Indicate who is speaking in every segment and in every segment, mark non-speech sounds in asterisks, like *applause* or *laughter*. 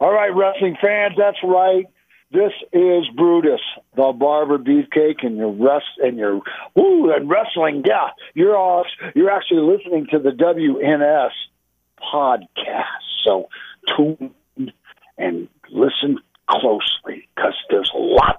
Speaker 1: All right, wrestling fans, that's right. This is Brutus, the Barber Beefcake, and your rest and your woo and wrestling. Yeah, you're all you're actually listening to the WNS podcast. So tune in and listen closely because there's lots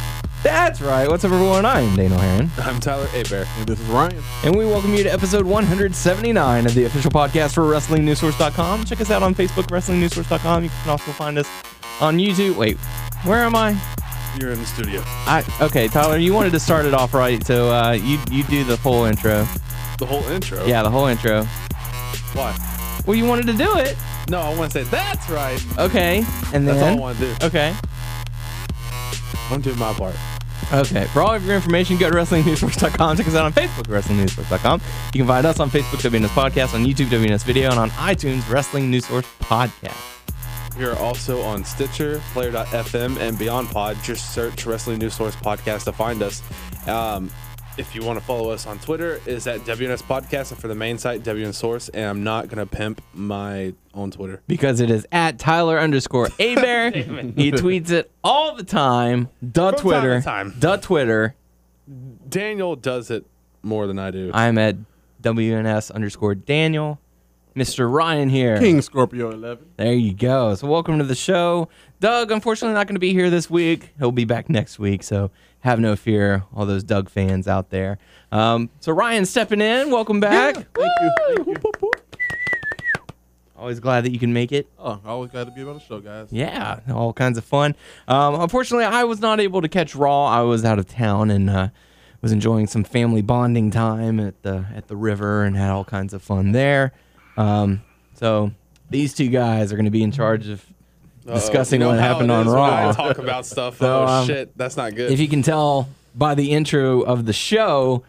Speaker 2: That's right. What's up, everyone? I'm Daniel Herron,
Speaker 3: I'm Tyler Abear. And this is Ryan.
Speaker 2: and we welcome you to episode 179 of the official podcast for WrestlingNewsSource.com. Check us out on Facebook, WrestlingNewsSource.com. You can also find us on YouTube. Wait, where am I?
Speaker 3: You're in the studio.
Speaker 2: I okay, Tyler. You wanted to start it off right, so uh, you you do the full intro.
Speaker 3: The whole intro.
Speaker 2: Yeah, the whole intro.
Speaker 3: Why?
Speaker 2: Well, you wanted to do it.
Speaker 3: No, I want to say that's right.
Speaker 2: Okay, and then
Speaker 3: That's all I want to do.
Speaker 2: okay.
Speaker 3: I'm doing my part.
Speaker 2: Okay. For all of your information, go to WrestlingNewsSource.com. Check us out on Facebook, WrestlingNewsSource.com. You can find us on Facebook, WNS Podcast, on YouTube, WNS Video, and on iTunes, Wrestling News Source Podcast.
Speaker 3: We are also on Stitcher, Player.fm, and Beyond Pod. Just search Wrestling News Source Podcast to find us. Um, if you want to follow us on Twitter, is at WNS Podcast, and for the main site, WNS Source. And I'm not going to pimp my own Twitter.
Speaker 2: Because it is at Tyler underscore
Speaker 3: *laughs*
Speaker 2: Abear. he tweets it all the time.
Speaker 3: From
Speaker 2: Duh
Speaker 3: time
Speaker 2: Twitter.
Speaker 3: to time.
Speaker 2: Duh Twitter.
Speaker 3: Daniel does it more than I do.
Speaker 2: I'm at WNS underscore Daniel. Mr. Ryan here.
Speaker 4: King Scorpio 11.
Speaker 2: There you go. So welcome to the show. Doug, unfortunately not going to be here this week. He'll be back next week, so have no fear, all those Doug fans out there. Um, so Ryan's stepping in. Welcome back. Always glad that you can make it.
Speaker 4: Oh, always glad to be on the show, guys.
Speaker 2: Yeah, all kinds of fun. Um, unfortunately, I was not able to catch Raw. I was out of town and uh, was enjoying some family bonding time at the at the river and had all kinds of fun there. Um, so these two guys are going to be in charge of discussing
Speaker 3: Uh, You know
Speaker 2: what
Speaker 3: how
Speaker 2: happened
Speaker 3: it
Speaker 2: on
Speaker 3: is when
Speaker 2: Raw.
Speaker 3: I talk about stuff.
Speaker 2: *laughs* So,
Speaker 3: oh,
Speaker 2: um,
Speaker 3: shit. That's not good.
Speaker 2: if you can tell by the intro of the show,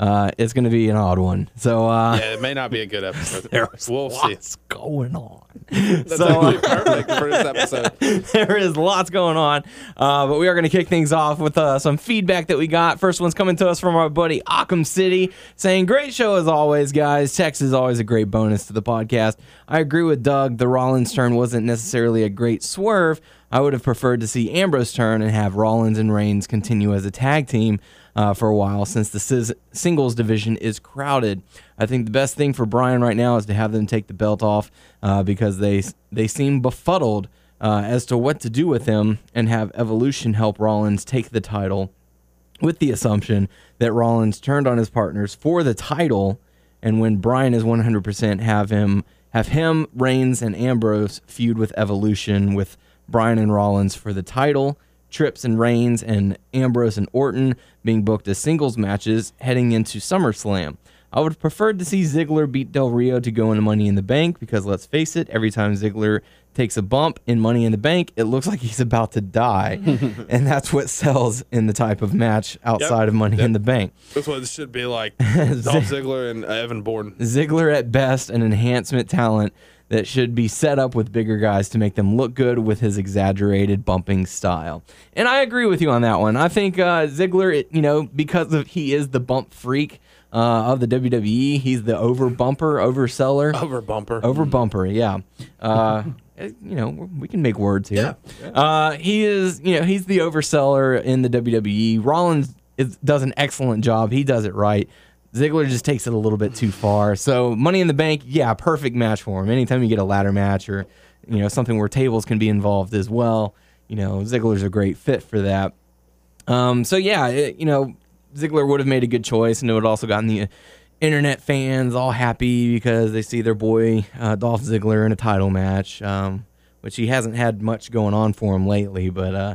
Speaker 2: uh, it's going to be an odd one. So uh,
Speaker 3: yeah, it may not be a good episode.
Speaker 2: there's
Speaker 3: we'll see.
Speaker 2: lots going on.
Speaker 3: That's
Speaker 2: so
Speaker 3: actually perfect for this
Speaker 2: *laughs*
Speaker 3: episode.
Speaker 2: there is lots going on, uh, but we are going to kick things off with uh, some feedback that we got. First one's coming to us from our buddy Occam City, saying, "Great show as always, guys. Text is always a great bonus to the podcast. I agree with Doug. The Rollins turn wasn't necessarily a great swerve. I would have preferred to see Ambrose turn and have Rollins and Reigns continue as a tag team." uh, for a while since the sis- singles division is crowded. I think the best thing for Brian right now is to have them take the belt off uh, because they they seem befuddled uh, as to what to do with him and have Evolution help Rollins take the title with the assumption that Rollins turned on his partners for the title, and when Bryan is 100%, have him have him Reigns and Ambrose feud with Evolution with Bryan and Rollins for the title. Trips and Reigns and Ambrose and Orton being booked as singles matches heading into SummerSlam. I would have preferred to see Ziggler beat Del Rio to go into Money in the Bank because let's face it, every time Ziggler takes a bump in Money in the Bank, it looks like he's about to die. and that's what sells in the type of match outside of Money in the Bank.
Speaker 3: That's what it should be
Speaker 2: *laughs*
Speaker 3: like. Dolph Ziggler and Evan Bourne.
Speaker 2: Ziggler at best an enhancement talent that should be set up with bigger guys to make them look good with his exaggerated bumping style. And I agree with you on that one. I think uh, Ziggler, it, you know, because of he is the bump freak uh, of the WWE, he's the over bumper, overseller.
Speaker 3: Over bumper.
Speaker 2: Over bumper, yeah. Uh, you know, we can make words here. Uh, he is, you know, he's the overseller in the WWE. Rollins is, does an excellent job. He does it right. Ziggler just takes it a little bit too far. So Money in the Bank, yeah, perfect match for him. Anytime you get a ladder match or, you know, something where tables can be involved as well, you know, Ziggler's a great fit for that. Um, so yeah, it, you know, Ziggler would have made a good choice, and it would have also gotten the internet fans all happy because they see their boy uh, Dolph Ziggler in a title match, um, which he hasn't had much going on for him lately. But uh,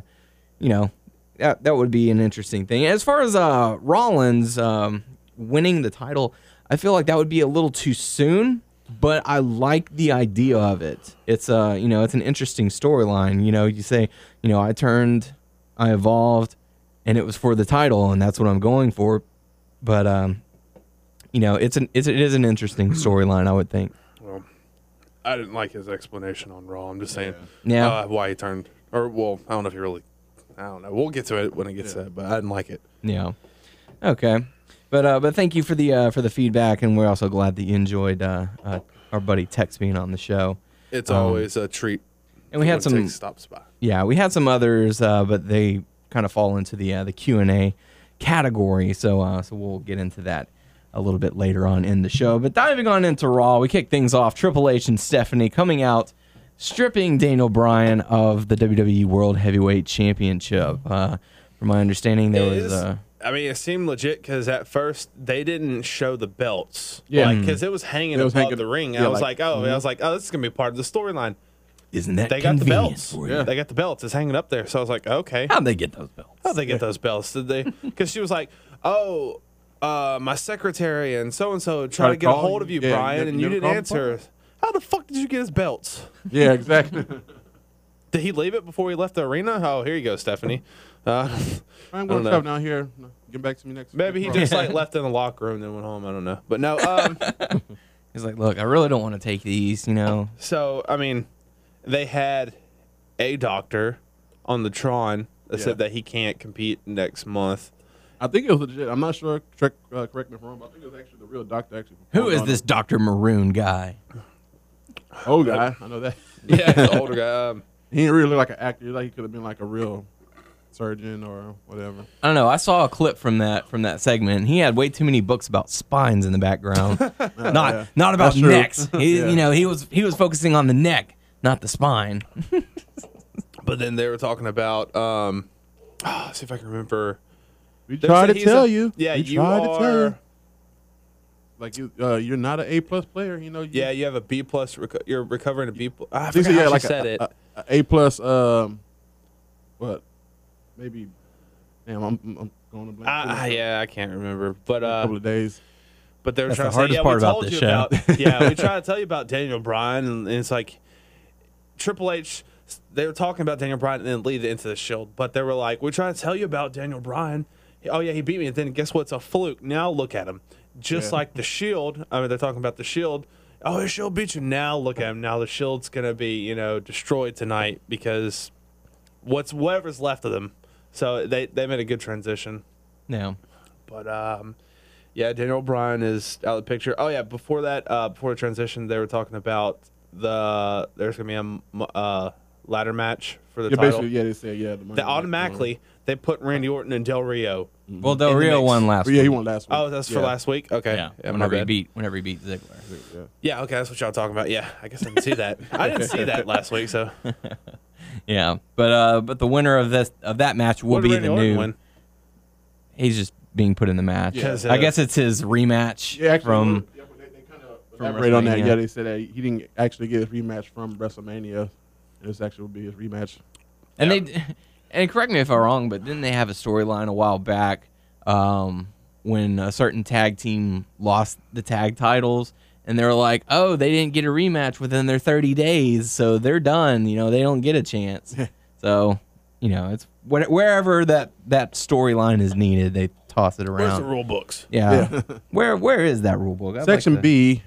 Speaker 2: you know, that that would be an interesting thing. As far as uh, Rollins um, winning the title, I feel like that would be a little too soon. but I like the idea of it. It's uh, you know, it's an interesting storyline. You know, you say, you know, I turned, I evolved, and it was for the title, and that's what I'm going for. But um, you know, it's an it's, it is an interesting storyline. I would think.
Speaker 3: I didn't like his explanation on Raw. I'm just saying,
Speaker 2: Yeah.
Speaker 3: uh, why he turned, or well, I don't know if he really, I don't know. We'll get to it when it gets to it, but I didn't like it.
Speaker 2: Yeah. Okay. But uh, but thank you for the uh, for the feedback, and we're also glad that you enjoyed uh, uh, our buddy Tex being on the show.
Speaker 3: It's always a treat.
Speaker 2: Um, And we had
Speaker 3: when
Speaker 2: some
Speaker 3: Tig stops by.
Speaker 2: yeah, we had some others, uh, but they kind of fall into the uh, the Q and A category. So uh, so we'll get into that a little bit later on in the show. But diving on into Raw, we kick things off. Triple H and Stephanie coming out, stripping Daniel Bryan of the WWE World Heavyweight Championship. Uh, from my understanding, there was
Speaker 3: It's-
Speaker 2: uh,
Speaker 3: I mean, it seemed legit because at first they didn't show the belts.
Speaker 4: Yeah.
Speaker 2: Mm-hmm.
Speaker 3: because it was hanging
Speaker 4: It was
Speaker 3: above
Speaker 4: hanging-
Speaker 3: the ring.
Speaker 4: yeah,
Speaker 3: I was like,
Speaker 4: like-
Speaker 3: oh, I was like, oh, this is gonna be part of the storyline.
Speaker 2: isn't that
Speaker 3: They got the
Speaker 2: convenient
Speaker 3: belts.
Speaker 2: for you?
Speaker 4: Yeah.
Speaker 3: They got the belts. It's hanging up there. So I was like, okay.
Speaker 2: How'd they get those belts?
Speaker 3: How'd they get those belts? Did they? Because she was like, "Oh, uh, my secretary and so and so tried
Speaker 4: Tried
Speaker 3: to
Speaker 4: to
Speaker 3: get a
Speaker 4: call
Speaker 3: hold
Speaker 4: you.
Speaker 3: of you,
Speaker 4: Yeah, you
Speaker 3: Brian,
Speaker 4: never-
Speaker 3: and
Speaker 4: you
Speaker 3: you
Speaker 4: never
Speaker 3: didn't
Speaker 4: called
Speaker 3: answer. How the fuck did you get his belts?
Speaker 4: Yeah, *laughs* exactly.
Speaker 3: Did he leave it before he left the arena? Oh, here you go, Stephanie. Uh, *laughs*
Speaker 4: I'm
Speaker 3: don't
Speaker 4: going
Speaker 3: know.
Speaker 4: to come down here. No, Get back to me next.
Speaker 3: maybe he
Speaker 4: next
Speaker 3: just
Speaker 2: *laughs*
Speaker 4: Friday.
Speaker 3: like left in the locker room and then went home. I don't know. But no. Um,
Speaker 2: He's like, look, I really don't want to take these, you know.
Speaker 3: so I mean, they had a doctor on the Tron that
Speaker 4: Yeah.
Speaker 3: said that he can't compete next month.
Speaker 4: I think it was legit. I'm not sure. Correct, uh, correct me if I'm wrong. But I think it was actually the real doctor. Actually,
Speaker 2: Who
Speaker 4: performed
Speaker 2: is
Speaker 4: on
Speaker 2: this Dr. Maroon guy?
Speaker 4: it. old guy?
Speaker 3: *laughs*
Speaker 4: I know that.
Speaker 3: Yeah, he's an older guy. Um,
Speaker 4: He didn't really look like an actor. He looked Like he could have been like a real surgeon or whatever.
Speaker 2: I don't know. I saw a clip from that from that segment. He had way too many books about spines in the background. not
Speaker 4: yeah.
Speaker 2: not about
Speaker 4: That's true.
Speaker 2: necks. He,
Speaker 4: Yeah.
Speaker 2: You know, he was he was focusing on the neck, not the spine. *laughs*
Speaker 3: But then they were talking about um *sighs* ah, see if I can remember.
Speaker 4: We
Speaker 3: They said
Speaker 4: tried to
Speaker 3: he's
Speaker 4: tell
Speaker 3: a-
Speaker 4: you.
Speaker 3: Yeah,
Speaker 4: we
Speaker 3: you are.
Speaker 4: tried to tell you. Like you, uh, you're not an A plus player. You know. You,
Speaker 3: Yeah, you have a B plus. Reco- you're recovering a B plus. I forgot
Speaker 4: They said,
Speaker 3: how
Speaker 4: yeah,
Speaker 3: she
Speaker 4: like
Speaker 3: said
Speaker 4: a,
Speaker 3: it.
Speaker 4: A, a A plus. Um, what? Maybe. Damn, I'm, I'm going to blank.
Speaker 3: Ah, ah, yeah, I can't remember. But
Speaker 4: A
Speaker 3: uh,
Speaker 4: couple of days.
Speaker 3: but they were
Speaker 2: That's
Speaker 3: trying
Speaker 2: the
Speaker 3: to say,
Speaker 2: hardest
Speaker 3: yeah,
Speaker 2: part
Speaker 3: we
Speaker 2: about
Speaker 3: told
Speaker 2: this
Speaker 3: you
Speaker 2: show. *laughs*
Speaker 3: about. yeah, we tried to tell you about Daniel Bryan, and, and it's like Triple H. They were talking about Daniel Bryan and then lead it into the Shield, but they were like, "We tried to tell you about Daniel Bryan. Oh yeah, he beat me. And then guess what? It's a fluke. Now look at him. Just
Speaker 4: Yeah.
Speaker 3: like the Shield. I mean, they're talking about the Shield. Oh, the Shield beat you. Now look at him. Now the Shield's gonna be you know destroyed tonight because what's whatever's left of them. So they they made a good transition.
Speaker 2: No.
Speaker 3: But um, yeah, Daniel Bryan is out of the picture. Oh yeah, before that, uh, before the transition, they were talking about the there's gonna be a m- uh, ladder match for the
Speaker 4: Yeah,
Speaker 3: title.
Speaker 4: basically, yeah, they said yeah. The money
Speaker 3: They
Speaker 4: back
Speaker 3: automatically they put Randy Orton and Del Rio.
Speaker 2: Well, Del
Speaker 3: In the
Speaker 2: Rio
Speaker 3: mix.
Speaker 2: won
Speaker 4: tomorrow.
Speaker 2: last.
Speaker 4: But yeah, he
Speaker 2: week.
Speaker 4: won last week.
Speaker 3: Oh, that's for
Speaker 4: Yeah.
Speaker 3: last week. Okay,
Speaker 2: Mm-hmm. Yeah,
Speaker 3: my
Speaker 2: whenever he
Speaker 3: bad.
Speaker 2: beat whenever he beat Ziggler.
Speaker 3: Yeah, okay, that's what y'all talking about. Yeah, I guess I didn't see that. I didn't see
Speaker 2: *laughs*
Speaker 3: that last week. So
Speaker 2: Yeah, but uh, but the winner of this of that match will
Speaker 3: What did
Speaker 2: be
Speaker 3: Randy
Speaker 2: the
Speaker 3: Orton
Speaker 2: new.
Speaker 3: win?
Speaker 2: He's just being put in the match.
Speaker 4: Yeah.
Speaker 2: I guess it's his rematch
Speaker 4: Yeah, actually,
Speaker 2: from.
Speaker 4: yeah, but they, they kind of
Speaker 2: from
Speaker 4: elaborate on that.
Speaker 2: WrestleMania.
Speaker 4: Yeah, they said that he didn't actually get his rematch from WrestleMania. This actually will be his rematch.
Speaker 2: And they, *laughs* and correct me if I'm wrong, but didn't they have a storyline a while back um, when a certain tag team lost the tag titles, and they were like, "Oh, they didn't get a rematch within their 30 days, so they're done. You know, they don't get a chance."
Speaker 4: *laughs*
Speaker 2: so, you know, it's where- wherever that that storyline is needed, they toss it
Speaker 3: Where's the
Speaker 2: around.
Speaker 3: rule books?
Speaker 2: Yeah, *laughs* where where is that rule book? I'd like
Speaker 4: Section
Speaker 2: to-
Speaker 4: B.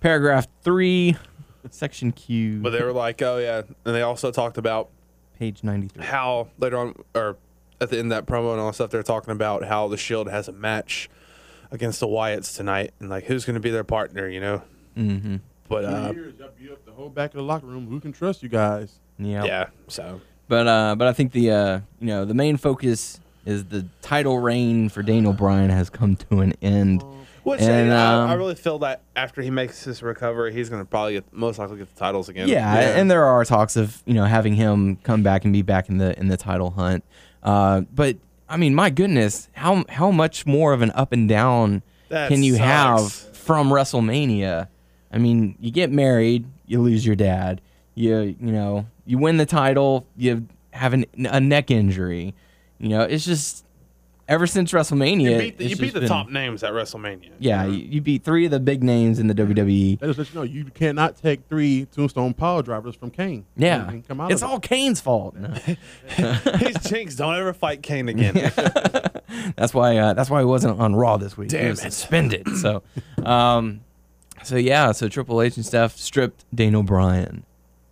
Speaker 2: paragraph three, section Q,
Speaker 3: But they were like, oh yeah, and they also talked about
Speaker 2: page 93.
Speaker 3: how later on or at the end of that promo and all that stuff they're talking about how the shield has a match against the wyatts tonight and like who's going to be their partner you know
Speaker 2: Mm-hmm.
Speaker 3: but uh,
Speaker 4: Two years, y'all beat up the whole back of the locker room. Who can trust you guys?
Speaker 2: Yeah.
Speaker 3: yeah so
Speaker 2: But uh, but I think the uh, you know the main focus is the title reign for Daniel Bryan has come to an end.
Speaker 3: which
Speaker 2: And,
Speaker 3: I, I
Speaker 2: um,
Speaker 3: really feel that after he makes his recovery he's going to probably get, most likely get the titles again
Speaker 2: Yeah, and there are talks of you know having him come back and be back in the in the title hunt. Uh, but I mean, my goodness, how how much more of an up and down
Speaker 3: That
Speaker 2: can you
Speaker 3: sucks.
Speaker 2: have from WrestleMania? I mean, you get married, you lose your dad, you you know you win the title, you have an, a neck injury, you know it's just ever since WrestleMania,
Speaker 3: you beat the,
Speaker 2: it's
Speaker 3: you beat
Speaker 2: just
Speaker 3: the
Speaker 2: been-
Speaker 3: top names at WrestleMania. *laughs*
Speaker 2: Yeah, you, you beat three of the big names in the E. WWE.
Speaker 4: That just lets you know you cannot take three tombstone power drivers from Kane.
Speaker 2: Yeah,
Speaker 4: And come out
Speaker 2: it's
Speaker 4: of it.
Speaker 2: all Kane's fault.
Speaker 3: *laughs*
Speaker 2: No.
Speaker 3: He's jinxed. Don't ever fight Kane
Speaker 2: *laughs*
Speaker 3: again.
Speaker 2: That's why. Uh, that's why he wasn't on Raw this week. he
Speaker 3: Damn
Speaker 2: was
Speaker 3: it.
Speaker 2: suspended.
Speaker 3: *laughs*
Speaker 2: So, um, so yeah. So Triple H and stuff stripped Dane O'Brien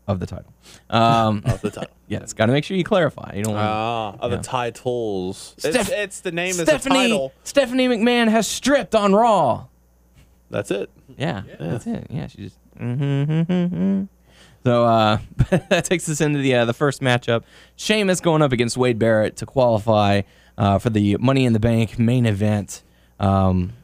Speaker 2: of the title. Um,
Speaker 3: *laughs* Off the title.
Speaker 2: yes, got to make sure you clarify. You don't. want
Speaker 3: Ah, of the titles. it's,
Speaker 2: Steph-
Speaker 3: it's the name is the
Speaker 2: Stephanie
Speaker 3: title.
Speaker 2: Stephanie McMahon has stripped on Raw.
Speaker 3: That's it.
Speaker 2: Yeah, that's it. Yeah, she just. *laughs* So uh, *laughs* that takes us into the uh, the first matchup. Sheamus going up against Wade Barrett to qualify uh, for the Money in the Bank main event. Um,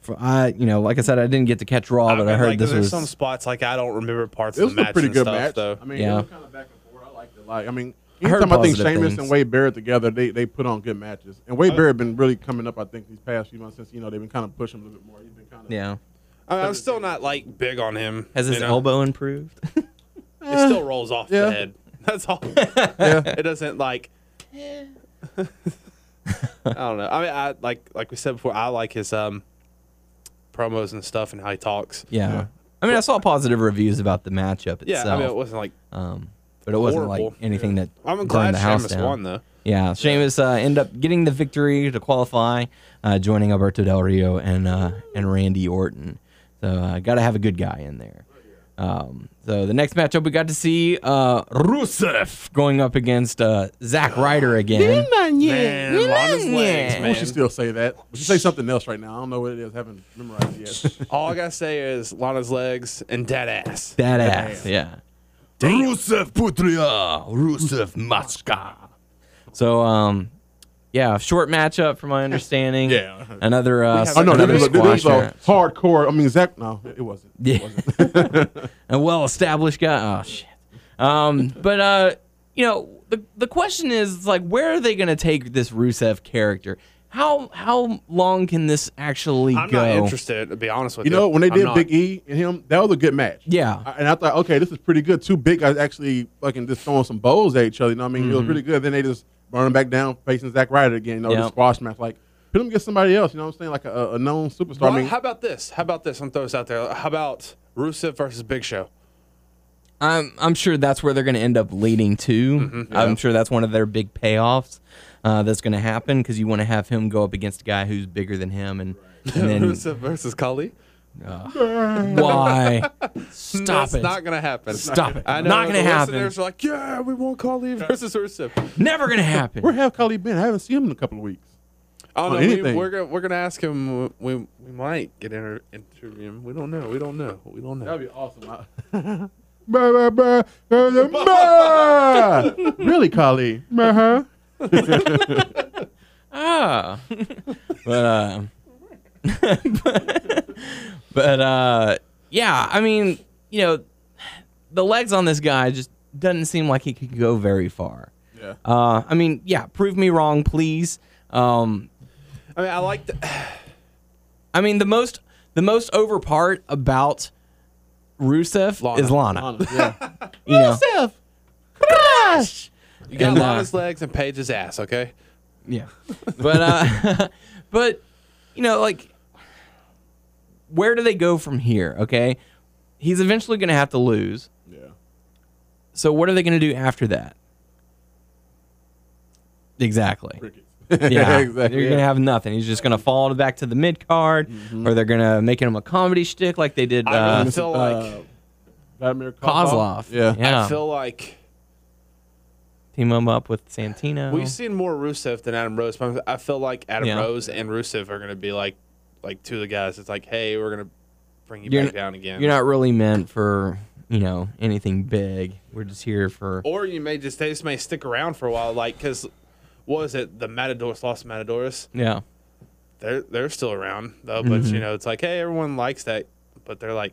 Speaker 2: for I, you know, like I said, I didn't get to catch Raw, but I,
Speaker 3: mean,
Speaker 2: heard
Speaker 3: like,
Speaker 2: this
Speaker 3: there's
Speaker 2: was
Speaker 3: some spots like I don't remember parts
Speaker 4: It
Speaker 3: of
Speaker 4: was
Speaker 3: the match.
Speaker 4: a pretty
Speaker 3: and
Speaker 4: good
Speaker 3: stuff,
Speaker 4: match.
Speaker 3: Though.
Speaker 4: I mean,
Speaker 2: Yeah.
Speaker 4: it was kind of back and forth. I liked it. Like, I mean,
Speaker 2: I heard
Speaker 4: anytime I, think
Speaker 2: positive
Speaker 4: Sheamus
Speaker 2: things.
Speaker 4: and Wade Barrett together, they they put on good matches. And Wade Barrett been really coming up. I think these past few months since you know they've been kind of pushing him a little bit more. He's been kind of
Speaker 2: yeah.
Speaker 3: I am still not like big on him.
Speaker 2: Has
Speaker 3: you
Speaker 2: his
Speaker 3: know? *laughs*
Speaker 2: elbow improved?
Speaker 3: It still rolls off
Speaker 4: Yeah.
Speaker 3: the head. *laughs* That's
Speaker 4: *laughs*
Speaker 3: all. It doesn't like. *laughs* I don't know. I mean, I like like we said before. I like his um promos and stuff and how he talks.
Speaker 2: yeah.
Speaker 4: Yeah.
Speaker 2: I mean, I saw positive reviews about the matchup itself,
Speaker 3: Yeah, I mean, it wasn't like
Speaker 2: um, but it wasn't like
Speaker 3: horrible.
Speaker 2: anything that
Speaker 3: I'm
Speaker 2: burned
Speaker 3: glad
Speaker 2: the house
Speaker 3: Sheamus
Speaker 2: down.
Speaker 3: won though.
Speaker 2: Yeah, Sheamus uh, end up getting the victory to qualify, uh, joining Alberto Del Rio and uh, and Randy Orton. So uh, got to have a good guy in there. Um, so the next matchup we got to see uh, Rusev going up against uh, Zack Ryder again.
Speaker 3: Man, on his legs,
Speaker 4: I wish you
Speaker 3: man.
Speaker 4: still say that. But you say something else right now. I don't know what it is. I haven't memorized
Speaker 3: *laughs*
Speaker 4: it yet.
Speaker 3: All I gotta say is Lana's legs and dead ass.
Speaker 2: That ass, yeah.
Speaker 5: Rusev Putria, Rusev Maska.
Speaker 2: So um, yeah, short matchup from my understanding.
Speaker 4: Yeah.
Speaker 2: another. Uh,
Speaker 3: have
Speaker 4: oh no, that
Speaker 2: another
Speaker 4: is a, that is a
Speaker 2: squasher.
Speaker 4: hardcore. I mean, Zach. No, it wasn't.
Speaker 2: Yeah.
Speaker 3: *laughs*
Speaker 2: a well established guy. Oh shit. Um, but uh, you know, the the question is like where are they gonna take this Rusev character? How how long can this actually
Speaker 3: I'm
Speaker 2: go?
Speaker 3: not interested, to be honest with
Speaker 4: You
Speaker 3: you.
Speaker 4: know, when they
Speaker 3: I'm
Speaker 4: did
Speaker 3: not.
Speaker 4: Big E and him, that was a good match.
Speaker 2: Yeah.
Speaker 4: I- And I thought, okay, this is pretty good. Two big guys actually fucking just throwing some bowls at each other. You know what I mean? It
Speaker 3: Mm-hmm.
Speaker 4: was pretty good. Then they just burn him back down, facing Zack Ryder again, you know,
Speaker 2: Yeah.
Speaker 4: the squash match. Like, put him against somebody else, you know what I'm saying? Like a, a known superstar.
Speaker 3: Well,
Speaker 4: I mean,
Speaker 3: how about this? How about this? I'm throwing this out there. How about Rusev versus Big Show?
Speaker 2: I'm I'm sure that's where they're going to end up leading to.
Speaker 3: Mm-hmm.
Speaker 2: I'm sure that's one of their big payoffs uh, that's going to happen because you want to have him go up against a guy who's bigger than him, and
Speaker 3: *laughs*
Speaker 2: and
Speaker 3: Rusev versus Kali?
Speaker 2: then
Speaker 3: *laughs*
Speaker 2: why stop
Speaker 3: That's
Speaker 2: it?
Speaker 3: not gonna happen.
Speaker 2: Stop it.
Speaker 3: *laughs* I know
Speaker 2: Not gonna
Speaker 3: the
Speaker 2: happen.
Speaker 3: Listeners are like, yeah, we want Kali versus Rusev.
Speaker 2: Never going to happen.
Speaker 4: where have Kali been? I haven't seen him in a couple of weeks.
Speaker 3: Oh no,
Speaker 4: On
Speaker 3: we,
Speaker 4: anything.
Speaker 3: we're gonna we're gonna ask him. We we might get inter- interview him. We don't know. We don't know. We don't know.
Speaker 4: That'd be awesome. I- *laughs* Bah, bah, bah, *laughs* bah, bah, bah. really, Kali? Bah, huh?
Speaker 2: Ah. *laughs* but uh *laughs* but uh yeah, I mean, you know, the legs on this guy just doesn't seem like he could go very far.
Speaker 4: Yeah.
Speaker 2: Uh I mean, yeah, prove me wrong, please. Um
Speaker 3: I mean, I like the.
Speaker 2: I mean, the most the most over part about Rusev
Speaker 3: Lana.
Speaker 2: is Lana.
Speaker 4: Honest, yeah.
Speaker 2: You know?
Speaker 3: You got
Speaker 2: And, uh,
Speaker 3: Lana's legs and Paige's ass. Okay.
Speaker 2: Yeah. *laughs* But uh *laughs* but you know, like where do they go from here, okay? He's eventually going to have to lose.
Speaker 4: yeah.
Speaker 2: So what are they going to do after that?
Speaker 3: *laughs*
Speaker 2: Exactly.
Speaker 4: Crickets.
Speaker 2: Yeah,
Speaker 4: *laughs* exactly.
Speaker 2: You're gonna have nothing. He's just gonna fall back to the mid card, or they're gonna make him a comedy shtick like they did
Speaker 3: Mm-hmm. I
Speaker 2: uh,
Speaker 3: really feel like
Speaker 4: Vladimir Kozlov.
Speaker 2: Kozlov.
Speaker 4: Yeah.
Speaker 2: yeah.
Speaker 3: I feel like
Speaker 2: Team him up with Santino.
Speaker 3: we've seen more Rusev than Adam Rose. But I feel like Adam
Speaker 2: Yeah.
Speaker 3: Rose and Rusev are gonna be like like two of the guys. It's like, hey, we're gonna bring you
Speaker 2: You're
Speaker 3: back
Speaker 2: n-
Speaker 3: down again.
Speaker 2: You're not really meant for you know anything big. We're just here for
Speaker 3: or you may just they just may stick around for a while, like because what was it the Matadors lost Matadors?
Speaker 2: yeah.
Speaker 3: They're they're still around though, but
Speaker 2: Mm-hmm.
Speaker 3: you know it's like hey everyone likes that, but they're like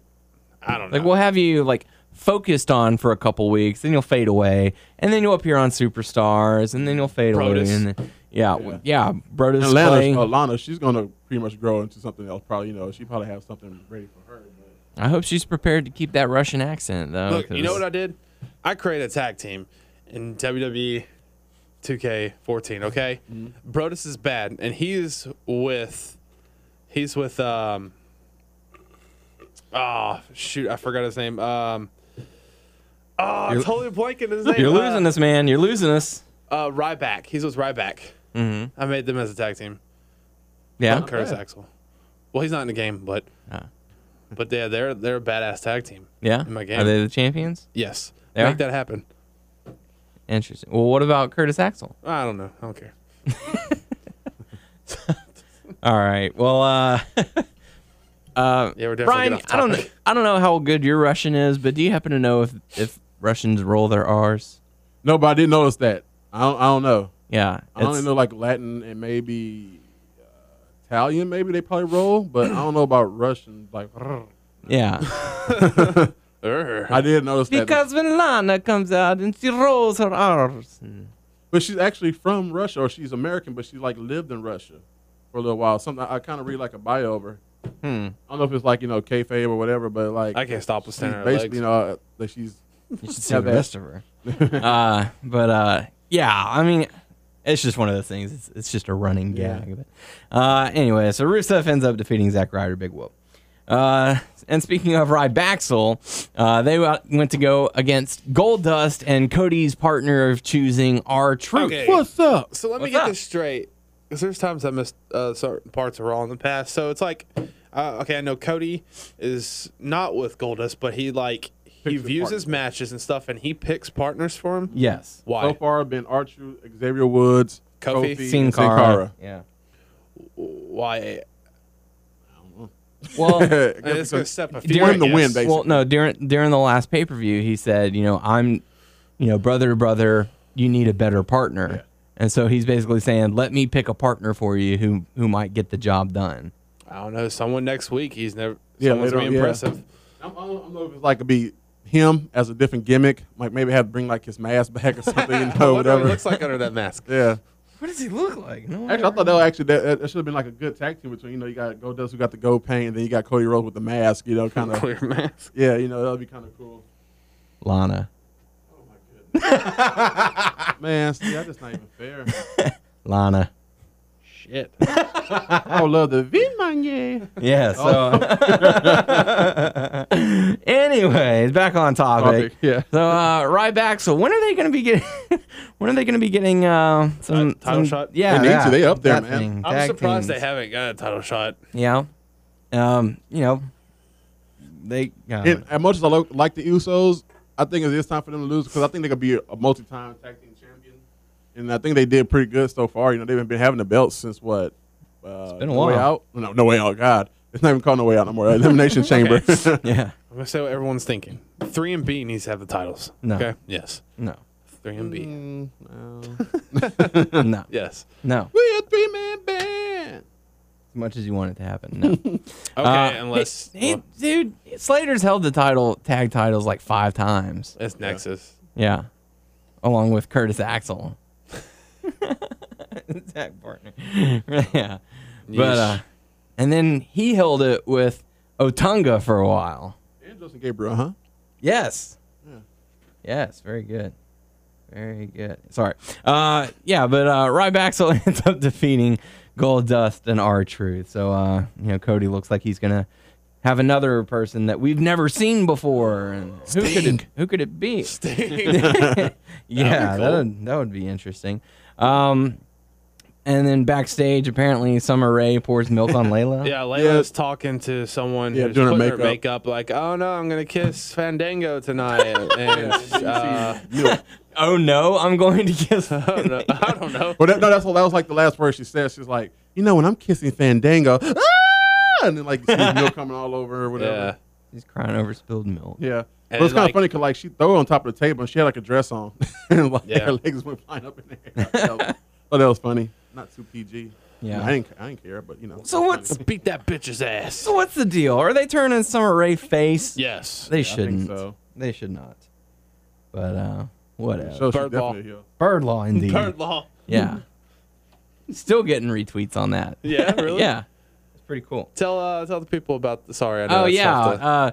Speaker 3: I don't know.
Speaker 2: Like we'll have you like focused on for a couple weeks, then you'll fade away, and then you'll appear on Superstars, and then you'll fade
Speaker 3: Brodus.
Speaker 2: away. And then, yeah, yeah, yeah Brodus Clay.
Speaker 4: Atlanta, Alana, she's gonna pretty much grow into something else. Probably, you know, she probably have something ready for her. But
Speaker 2: I hope she's prepared to keep that Russian accent though.
Speaker 3: Look, you know
Speaker 2: 'cause-
Speaker 3: E what I did? I created a tag team in WWE. 2K14. Okay,
Speaker 2: Mm-hmm.
Speaker 3: Brodus is bad, and he's with he's with um oh shoot I forgot his name um oh I'm
Speaker 2: You're-
Speaker 3: totally blanking his name
Speaker 2: You're
Speaker 3: Uh,
Speaker 2: losing us, man. You're losing us.
Speaker 3: uh Ryback he's with Ryback mm-hmm. I made them as a tag team
Speaker 2: Yeah.
Speaker 3: Not Curtis Axel well he's not in the game but
Speaker 2: Ah.
Speaker 3: but yeah they're they're a badass tag team
Speaker 2: Yeah.
Speaker 3: in my
Speaker 2: Are
Speaker 3: game
Speaker 2: they the champions?
Speaker 3: yes
Speaker 2: They
Speaker 3: make
Speaker 2: are?
Speaker 3: that happen
Speaker 2: Interesting. Well, what about Curtis Axel?
Speaker 3: I don't know I don't care
Speaker 2: All right. Well, uh,
Speaker 3: yeah we're definitely
Speaker 2: Brian,
Speaker 3: getting off
Speaker 2: I don't,
Speaker 3: topic.
Speaker 2: I don't know how good your Russian is, but do you happen to know if if Russians roll their R's?
Speaker 4: No, but I didn't notice that. I don't, I don't know.
Speaker 2: Yeah.
Speaker 4: I only
Speaker 2: it's-
Speaker 4: know like Latin and maybe uh, Italian. Maybe they probably roll, but I don't know about Russian. Like
Speaker 2: Yeah.
Speaker 3: *laughs* Err.
Speaker 4: I did notice that.
Speaker 2: Because when Lana comes out and she rolls her R's.
Speaker 4: Mm, But she's actually from Russia, or she's American, but she like lived in Russia for a little while. Something I, kind of read like a bio over.
Speaker 2: Hmm.
Speaker 4: I don't know if it's like you know kayfabe or whatever, but like
Speaker 3: I can't stop with
Speaker 4: she's
Speaker 3: standing
Speaker 4: basically
Speaker 3: legs.
Speaker 4: you know uh, that she's
Speaker 2: You should
Speaker 4: see the rest
Speaker 2: of her. *laughs* uh, but uh, yeah, I mean, it's just one of those things. It's, it's just a running
Speaker 4: Yeah.
Speaker 2: gag. But, uh, anyway, so Rusev ends up defeating Zack Ryder. Big whoop. Uh, and speaking of Rybaxel, uh, they wa- went to go against Goldust and Cody's partner of choosing R Truth.
Speaker 3: Okay.
Speaker 4: what's up.
Speaker 3: So let me
Speaker 2: What's
Speaker 3: get
Speaker 2: up?
Speaker 3: this straight, because there's times I missed uh, certain parts of Raw in the past. So it's like, uh, okay, I know Cody is not with Goldust, but he like he
Speaker 4: Picks his
Speaker 3: views
Speaker 4: partner.
Speaker 3: his matches and stuff, and he picks partners for him.
Speaker 2: Yes.
Speaker 3: Why?
Speaker 4: So far, been Archer, Xavier Woods,
Speaker 3: Kofi.
Speaker 4: Kofi,
Speaker 2: Sin
Speaker 4: and
Speaker 2: Cara. Yeah.
Speaker 3: Why?
Speaker 2: Well.
Speaker 4: Sin Cara.
Speaker 3: And it's gonna step a
Speaker 4: you
Speaker 3: few.
Speaker 4: want him
Speaker 3: I
Speaker 4: to win,
Speaker 3: guess.
Speaker 4: basically.
Speaker 2: Well, no, during during the last pay per view, he said, you know, I'm, you know, brother to brother, you need a better partner, and so he's basically saying, let me pick a partner for you who who might get the job done.
Speaker 3: I don't know. Someone next week. He's never.
Speaker 4: Yeah,
Speaker 3: someone's
Speaker 4: later
Speaker 3: gonna
Speaker 4: on,
Speaker 3: be
Speaker 4: yeah.
Speaker 3: impressive.
Speaker 4: I'm, I don't I don't know if it's like be him as a different gimmick, like maybe have to bring like his mask back or
Speaker 3: *laughs*
Speaker 4: something, you
Speaker 3: I
Speaker 4: know,
Speaker 3: wonder what
Speaker 4: whatever.
Speaker 3: he looks like under that
Speaker 4: *laughs*
Speaker 3: mask.
Speaker 4: yeah.
Speaker 2: What does he look like? No
Speaker 4: Actually, I thought that was actually that, that should have been like a good tag team between you know you got Goldust who got the gold paint, and then you got Cody Rhodes with the mask. You know, kind of
Speaker 3: Clear mask.
Speaker 4: yeah, you know that'd be kind of cool.
Speaker 2: Lana,
Speaker 4: Man, see, that's just not even
Speaker 2: *laughs*
Speaker 4: fair.
Speaker 2: Lana,
Speaker 3: Shit.
Speaker 4: I would love the V money.
Speaker 2: yeah. So, Oh. *laughs* anyways, back on topic.
Speaker 4: Topic, yeah.
Speaker 2: So uh, Ryback. So when are they going to be getting? *laughs* when are they going to be getting uh, some
Speaker 3: Uh, title
Speaker 2: some-
Speaker 3: shot?
Speaker 2: Yeah,
Speaker 4: They need
Speaker 2: that-
Speaker 4: to. They up there,
Speaker 2: that
Speaker 4: man.
Speaker 2: thing,
Speaker 3: I'm
Speaker 2: tag
Speaker 3: surprised
Speaker 2: teams.
Speaker 3: they haven't got a title shot.
Speaker 2: Yeah. Um, you know, they uh,
Speaker 4: And as much as I lo- like the Usos, I think it is time for them to lose because I think they could be a multi-time tag team champion, and I think they did pretty good so far. You know, they've been having the belts since what? Uh,
Speaker 2: been a
Speaker 4: no Way
Speaker 2: while.
Speaker 4: out? No, no way out. God, it's not even called no way out no more. uh,
Speaker 2: *laughs*
Speaker 4: Elimination Chamber.
Speaker 2: yeah.
Speaker 3: I'm gonna say what everyone's thinking. Three and B needs to have the titles.
Speaker 2: No.
Speaker 3: Okay. Yes.
Speaker 2: No.
Speaker 3: Three and B.
Speaker 4: Mm, no.
Speaker 2: No.
Speaker 3: Yes.
Speaker 2: No.
Speaker 4: we a three-man band.
Speaker 2: As much as you want it to happen. No. Okay,
Speaker 3: Okay. unless
Speaker 2: dude, Slater's held the title tag titles like 5 times.
Speaker 3: It's Nexus. *laughs*
Speaker 2: Yeah. Along with Curtis Axel. tag partner. *laughs* yeah. But uh and then he held it with Otunga for a while.
Speaker 4: And Justin Gabriel, huh?
Speaker 2: Yes.
Speaker 3: Hmm.
Speaker 2: Yes, very good. Very good. Sorry. Uh yeah, but uh Ryback ends up defeating Gold Dust and R Truth. So uh, you know, Cody looks like he's gonna have another person that we've never seen before. And who could it who could it be? *laughs* yeah,
Speaker 3: cool.
Speaker 2: that would, that would be interesting. Um and then backstage, apparently Summer Rae pours
Speaker 3: *laughs*
Speaker 2: milk on Layla.
Speaker 3: yeah,
Speaker 4: Yeah.
Speaker 3: Layla's talking to someone
Speaker 4: Yeah,
Speaker 3: who's
Speaker 4: doing her
Speaker 3: putting her
Speaker 4: makeup.
Speaker 3: makeup. like, oh no, I'm gonna kiss Fandango tonight, and
Speaker 4: *laughs*
Speaker 3: uh,
Speaker 4: Milk.
Speaker 2: Oh no, I'm going to *laughs* kiss.
Speaker 3: I don't know. I don't know.
Speaker 4: Well, that, no, that's that was like the last word she said. She's like, you know, when I'm kissing Fandango, ah! and then like you see milk coming all over her, or
Speaker 3: Yeah,
Speaker 4: whatever.
Speaker 2: He's crying over spilled milk.
Speaker 4: Yeah. But
Speaker 3: And
Speaker 4: it's kind of
Speaker 3: like-
Speaker 4: funny because like she threw it on top of the table and she had like a dress on, *laughs* and like
Speaker 3: Yeah.
Speaker 4: her legs went flying up in the air. That was- Oh, that was funny. Not too PG.
Speaker 2: Yeah.
Speaker 4: I didn't. I didn't care, but you know.
Speaker 2: So
Speaker 4: it's
Speaker 2: what's
Speaker 4: funny.
Speaker 3: beat that bitch's ass.
Speaker 2: So what's the deal? Are they turning Summer Rae face?
Speaker 3: Yes,
Speaker 2: They
Speaker 4: I think
Speaker 2: shouldn't.
Speaker 4: so.
Speaker 2: They should not. But uh whatever.
Speaker 4: So she's
Speaker 3: Bird ball.
Speaker 4: definitely a heel.
Speaker 2: Bird law indeed.
Speaker 3: Bird law.
Speaker 2: Yeah. Still getting retweets on that.
Speaker 3: *laughs* Yeah, really.
Speaker 2: Yeah. It's pretty cool.
Speaker 3: Tell uh, tell the people about. The, sorry, I know
Speaker 2: Oh
Speaker 3: that's
Speaker 2: yeah.
Speaker 3: tough to-
Speaker 2: Uh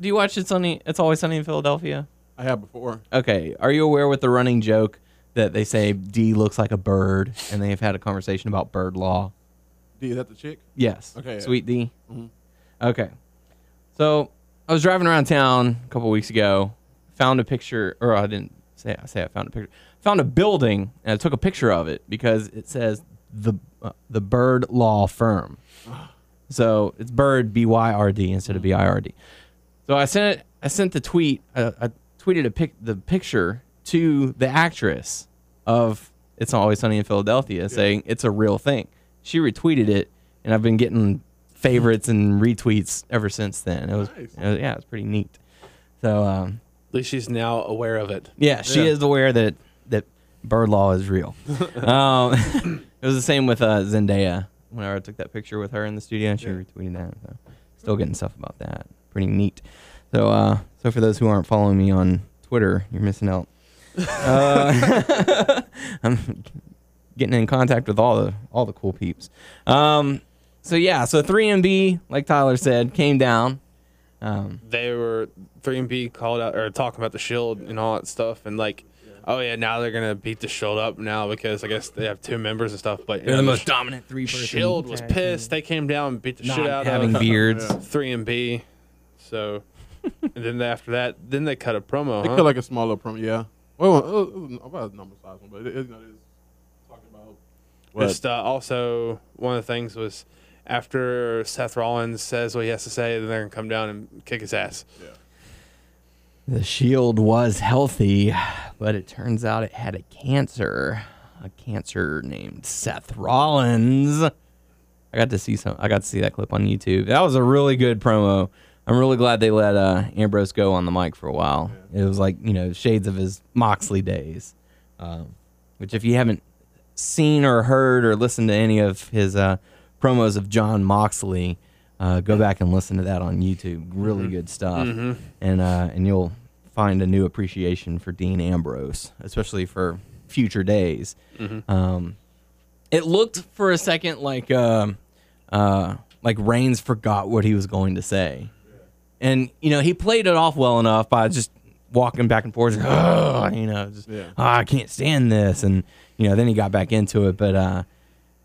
Speaker 2: do you watch It's Sunny It's Always Sunny in Philadelphia?
Speaker 4: I have before.
Speaker 2: Okay. Are you aware with the running joke that they say D looks like a bird, and they have had a conversation about bird law.
Speaker 4: D, is that the chick?
Speaker 2: Yes.
Speaker 4: Okay.
Speaker 2: Sweet D. Okay. So I was driving around town a couple weeks ago, found a picture, or I didn't say I say I found a picture, found a building, and I took a picture of it because it says the uh, the Bird Law Firm. So it's Bird B Y R D instead of B I R D. So I sent it. I sent the tweet. Uh, I tweeted a pic, the picture to the actress of "It's Always Sunny in Philadelphia," saying it's a real thing. She retweeted it, and I've been getting favorites and retweets ever since then. It was,
Speaker 4: Nice.
Speaker 2: it was- yeah, it's pretty neat. So um,
Speaker 3: At least she's now aware of it.
Speaker 2: yeah, she is aware that that bird law is real. um, *coughs* it was the same with uh, Zendaya. Whenever I took that picture with her in the studio, she retweeted that. So still getting stuff about that. Pretty neat. So uh, so for those who aren't following me on Twitter, you're missing out. Uh, *laughs* I'm getting in contact with all the all the cool peeps. Um, so yeah, so 3MB, like Tyler said, came down. Um,
Speaker 3: They were three and B called out or talking about the shield and all that stuff and like, oh yeah, now they're gonna beat the shield up now because I guess they have two members and stuff. But
Speaker 2: they're the most dominant three.
Speaker 3: Shield was pissed. They came down and beat the
Speaker 2: Not
Speaker 3: shit out *laughs*
Speaker 2: having
Speaker 3: of
Speaker 2: beards.
Speaker 3: three and B. So, and then after that, then they cut a promo.
Speaker 4: They
Speaker 3: huh?
Speaker 4: cut like a small little promo, yeah. Well, it was, it was about a number size one, but it, it, you know, it's talking about
Speaker 3: Just uh, also one of the things was after Seth Rollins says what he has to say, then they're gonna come down and kick his ass.
Speaker 2: The shield was healthy, but it turns out it had a cancer. A cancer named Seth Rollins. I got to see some I got to see that clip on YouTube. That was a really good promo. I'm really glad they let uh, Ambrose go on the mic for a while. It was like, you know, shades of his Moxley days. Um, which if you haven't seen or heard or listened to any of his uh, promos of John Moxley, uh, go back and listen to that on YouTube. Really good stuff, and uh, and you'll find a new appreciation for Dean Ambrose, especially for future days. Um, it looked for a second like um uh, like Reigns forgot what he was going to say. And you know he played it off well enough by just walking back and forth, "Ugh," you know, just
Speaker 4: Yeah.
Speaker 2: "Ah, I can't stand this, and you know then he got back into it. But uh,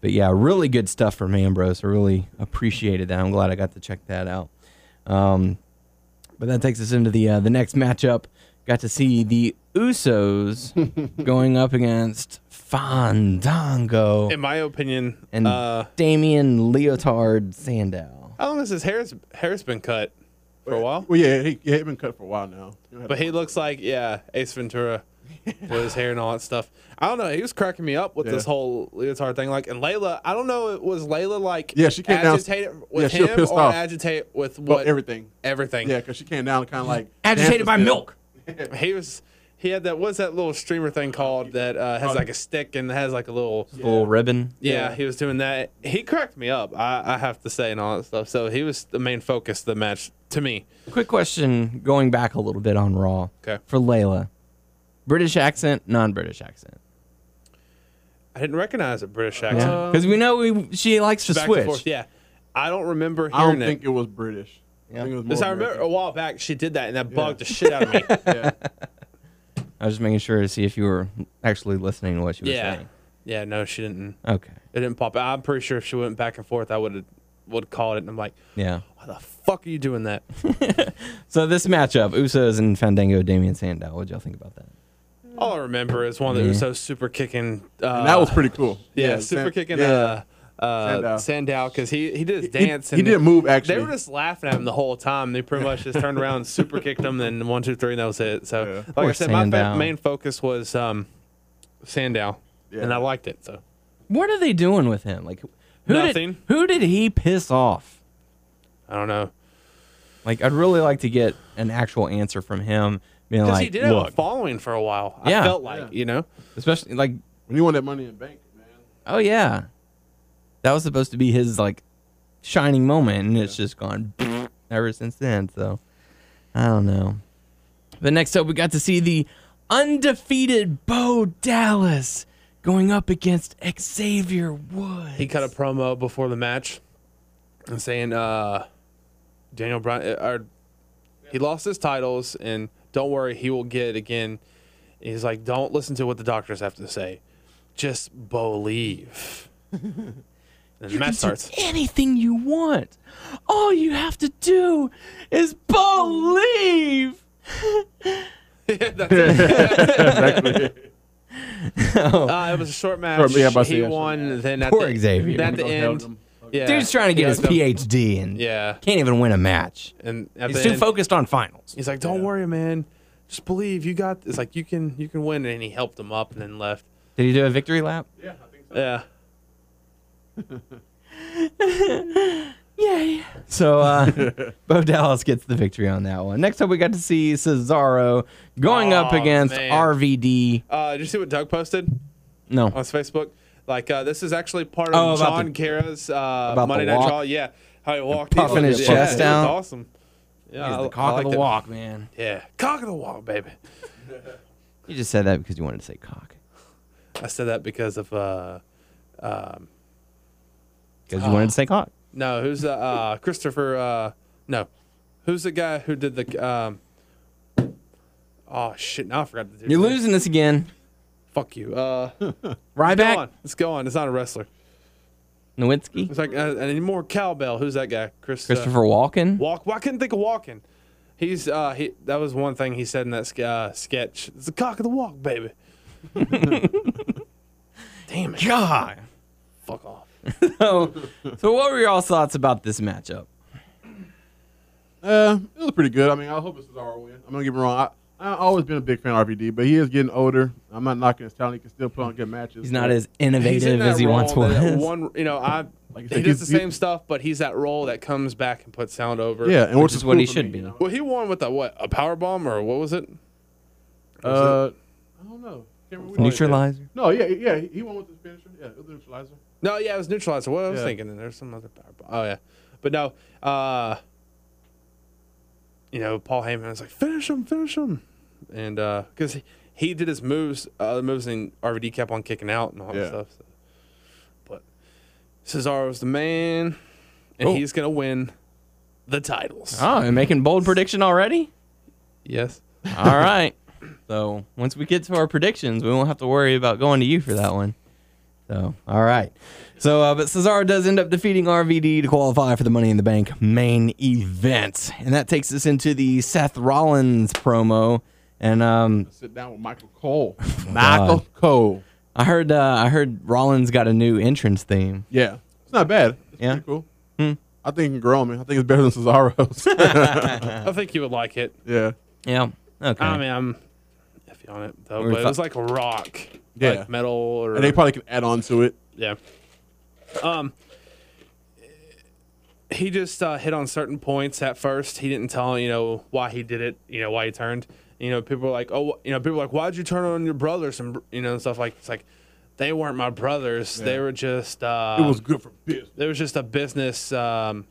Speaker 2: but yeah, really good stuff from Ambrose. I really appreciated that. I'm glad I got to check that out. Um, but that takes us into the uh, the next matchup. Got to see the Usos going up against Fandango
Speaker 3: In my opinion,
Speaker 2: and
Speaker 3: uh,
Speaker 2: Damien Leotard Sandow.
Speaker 3: how long has his hair's hair's been cut for a while?
Speaker 4: Well, yeah, he, he had been cut for a while now.
Speaker 3: But he looks like yeah, Ace
Speaker 4: *laughs*
Speaker 3: Ventura with his hair and all that stuff. I don't know. He was cracking me up with
Speaker 4: Yeah.
Speaker 3: this whole leotard thing. Like and Layla, I don't know. It was Layla like
Speaker 4: Yeah, she came down-
Speaker 3: agitated with
Speaker 4: yeah, she was
Speaker 3: him
Speaker 4: pissed
Speaker 3: or
Speaker 4: off.
Speaker 3: agitate with
Speaker 4: well,
Speaker 3: what
Speaker 4: everything.
Speaker 3: everything.
Speaker 4: Yeah, because she came down kind of like
Speaker 2: Agitated
Speaker 4: danced
Speaker 2: by
Speaker 4: still.
Speaker 2: milk.
Speaker 3: He was he had that what's that little streamer thing called that uh, has like a stick and has like a little yeah.
Speaker 2: Little ribbon.
Speaker 3: he was doing that. He cracked me up. I, I have to say and all that stuff. So he was the main focus of the match to me.
Speaker 2: Quick question going back a little bit on Raw.
Speaker 3: Okay.
Speaker 2: For Layla. British accent, non British accent.
Speaker 3: I didn't recognize a British
Speaker 4: Uh-huh.
Speaker 3: accent.
Speaker 4: Uh,
Speaker 2: Yeah. Because we know we, she likes to
Speaker 3: Um, Back and
Speaker 2: switch.
Speaker 3: forth. Yeah, I don't remember hearing
Speaker 4: I don't
Speaker 3: it.
Speaker 4: think it was British. I think it was more
Speaker 3: Because I remember a
Speaker 4: American.
Speaker 3: while back she did that and that bugged the shit out of
Speaker 4: *laughs*
Speaker 3: me.
Speaker 4: Yeah.
Speaker 2: I was just making sure to see if you were actually listening to what she was
Speaker 3: yeah.
Speaker 2: saying.
Speaker 3: Yeah, no, she didn't.
Speaker 2: Okay.
Speaker 3: It didn't pop out. I'm pretty sure if she went back and forth, I would have would called it. And I'm like,
Speaker 2: Yeah.
Speaker 3: why the fuck are you doing
Speaker 4: *laughs*
Speaker 3: that?
Speaker 2: So this matchup, Usos and Fandango, Damien Sandow. What would y'all think about that?
Speaker 3: All I remember is one of the Usos super kicking. Uh,
Speaker 4: And that was pretty cool.
Speaker 3: *laughs* Yeah, super
Speaker 4: Sam-
Speaker 3: kicking.
Speaker 4: yeah.
Speaker 3: Uh, uh,
Speaker 4: Sandow.
Speaker 3: Sandow because he he did his
Speaker 4: He-
Speaker 3: dance.
Speaker 4: He,
Speaker 3: and
Speaker 4: didn't move actually.
Speaker 3: They were just laughing at him the whole time. They pretty much just turned around, super kicked him, then one, two, three, and that was it. So,
Speaker 4: Yeah.
Speaker 3: like
Speaker 2: Poor
Speaker 3: I said, my
Speaker 2: Sandow.
Speaker 3: fa- main focus was um, Sandow,
Speaker 4: Yeah.
Speaker 3: and I liked it. So,
Speaker 2: What are they doing with him? Like, who
Speaker 3: Nothing.
Speaker 2: did who did he piss off?
Speaker 3: I don't know.
Speaker 2: Like, I'd really like to get an actual answer from him, being
Speaker 3: Because
Speaker 2: like,
Speaker 3: he did have a
Speaker 2: look,
Speaker 3: following for a while.
Speaker 2: Yeah.
Speaker 3: I felt like, you know?
Speaker 2: especially like,
Speaker 4: when you want that money in bank, man.
Speaker 2: oh yeah, that was supposed to be his like shining moment, and it's just gone *laughs* ever since then. So, I don't know. But next up, we got to see the undefeated Bo Dallas going up against Xavier Woods.
Speaker 3: He cut a promo before the match and saying uh, Daniel Bryan, uh, or, he lost his titles, and don't worry, he will get it again. He's like, don't listen to what the doctors have to say, just
Speaker 2: *laughs*
Speaker 3: believe. and the
Speaker 2: You can
Speaker 3: match
Speaker 2: do
Speaker 3: starts.
Speaker 2: anything you want. All you have to do is believe.
Speaker 3: *laughs* That's it.
Speaker 2: *laughs* Oh,
Speaker 3: Uh, it was a short match.
Speaker 4: Short- yeah, about to
Speaker 3: he
Speaker 4: say,
Speaker 3: won. Then at
Speaker 2: Poor
Speaker 3: the,
Speaker 2: Xavier.
Speaker 3: At the end,
Speaker 4: Held him.
Speaker 3: yeah,
Speaker 2: Dude's trying to get
Speaker 3: yeah,
Speaker 2: his
Speaker 3: the-
Speaker 2: PhD and
Speaker 3: Yeah,
Speaker 2: can't even win a match.
Speaker 3: and at
Speaker 2: He's
Speaker 3: the
Speaker 2: too
Speaker 3: end,
Speaker 2: focused on finals.
Speaker 3: he's like, "Don't worry, man. Just believe. You got. It's like you can. You can win." And he helped him up and then left.
Speaker 2: Did he do a victory lap?
Speaker 4: Yeah, I think so.
Speaker 3: Yeah.
Speaker 2: Yay. *laughs*
Speaker 3: *laughs*
Speaker 2: So uh, Bo Dallas gets the victory on that one. Next up, we got to see Cesaro going up
Speaker 3: Aw,
Speaker 2: against
Speaker 3: man.
Speaker 2: RVD.
Speaker 3: Uh, did you see what Doug posted
Speaker 2: No.
Speaker 3: on his Facebook? Like uh, this is actually part
Speaker 2: Oh,
Speaker 3: of
Speaker 2: about
Speaker 3: John
Speaker 2: the-
Speaker 3: Kara's
Speaker 2: the
Speaker 3: uh, Monday Night
Speaker 2: walk?
Speaker 3: Raw. Yeah, how he walked,
Speaker 2: puffing
Speaker 3: in.
Speaker 2: his
Speaker 3: Yeah,
Speaker 2: chest
Speaker 3: it was
Speaker 2: out.
Speaker 3: Awesome. Yeah,
Speaker 2: He's
Speaker 3: I- I
Speaker 2: the cock of
Speaker 3: liked
Speaker 2: the
Speaker 3: it.
Speaker 2: walk, man.
Speaker 3: Yeah, cock of the walk, baby.
Speaker 2: You just said that because you wanted to say cock.
Speaker 3: I said that because of uh, um,
Speaker 2: Because
Speaker 3: Oh.
Speaker 2: you wanted to say cock.
Speaker 3: No, who's the uh, Christopher? Uh, no, who's the guy who did the? Um, oh shit! Now I forgot the dude.
Speaker 2: You're losing this again.
Speaker 3: Fuck you. Uh, go
Speaker 2: Ryback,
Speaker 3: on. Let's go on. It's not a wrestler.
Speaker 2: Nowitzki,
Speaker 3: It's like uh, and any more cowbell. Who's that guy? Chris, uh,
Speaker 2: Christopher Walken.
Speaker 3: Walk. Well, I couldn't think of walking. He's uh, he. That was one thing he said in that sk- uh, sketch. It's the cock of the walk, baby. *laughs* Damn it!
Speaker 2: God.
Speaker 3: Fuck off.
Speaker 2: *laughs* So, so what were your all thoughts about this matchup?
Speaker 4: Uh, it was pretty good. I mean, I hope it's Cesaro win. I'm gonna get me wrong. I, I've always been a big fan of RVD, but he is getting older. I'm not knocking his talent. He can still put on good matches.
Speaker 2: He's not
Speaker 4: but-
Speaker 2: as
Speaker 3: He's in
Speaker 2: innovative
Speaker 3: that
Speaker 2: as he
Speaker 3: role
Speaker 2: once
Speaker 3: that- that
Speaker 2: was.
Speaker 3: One, you know, I
Speaker 4: Like you
Speaker 3: he
Speaker 4: said,
Speaker 3: does the
Speaker 4: he's- he-
Speaker 3: same stuff, but he's that role that comes back and puts sound over.
Speaker 4: Yeah,
Speaker 2: *laughs*
Speaker 4: and
Speaker 2: Which
Speaker 4: which
Speaker 2: is
Speaker 4: is
Speaker 2: what
Speaker 4: cool
Speaker 2: he
Speaker 4: for
Speaker 2: should
Speaker 4: me,
Speaker 2: be.
Speaker 4: you know?
Speaker 3: Well, he won with a what? A power bomb or what was it?
Speaker 4: Uh, I don't know. Can't remember which one.
Speaker 2: Neutralizer.
Speaker 4: No, yeah, yeah. He he won with the finisher. Yeah, it was neutralizer.
Speaker 3: No, yeah, it was neutralizer. What I was
Speaker 4: Yeah.
Speaker 3: thinking, and there's some other power bomb. Oh yeah, but no. uh You know, Paul Heyman was like, finish him, finish him, and because he, he did his moves, uh, the moves, and RVD kept on kicking out and all that
Speaker 4: Yeah.
Speaker 3: stuff. So. But Cesaro's the man, and
Speaker 2: Oh.
Speaker 3: he's gonna win the titles.
Speaker 2: Oh, and making bold prediction already?
Speaker 3: Yes.
Speaker 2: All right. So once we get to our predictions, we won't have to worry about going to you for that one. So all right. So uh, but Cesaro does end up defeating RVD to qualify for the Money in the Bank main event, and that takes us into the Seth Rollins promo. And um,
Speaker 4: Sit down with Michael Cole. Michael Cole.
Speaker 2: I heard uh, I heard Rollins got a new entrance theme.
Speaker 4: Yeah, it's not bad. It's
Speaker 2: Yeah.
Speaker 4: pretty cool.
Speaker 3: Hmm.
Speaker 4: I think he can grow on me. I think it's better
Speaker 3: *laughs*
Speaker 4: than Cesaro's.
Speaker 3: I think you would like it.
Speaker 4: yeah.
Speaker 2: Yeah. Okay.
Speaker 3: I mean, I'm iffy on it though,
Speaker 2: Or
Speaker 3: but it
Speaker 2: fu-
Speaker 3: was like rock,
Speaker 4: Yeah.
Speaker 3: like metal, or
Speaker 4: And they probably can add on to it.
Speaker 3: yeah. Um, he just uh, hit on certain points at first. He didn't tell you know why he did it, you know why he turned. You know, people were like, oh, you know, people were like, why'd you turn on your brothers and br- you know and stuff like it's like they weren't my brothers. They were just uh,
Speaker 4: It was good for business.
Speaker 3: there was just a business um,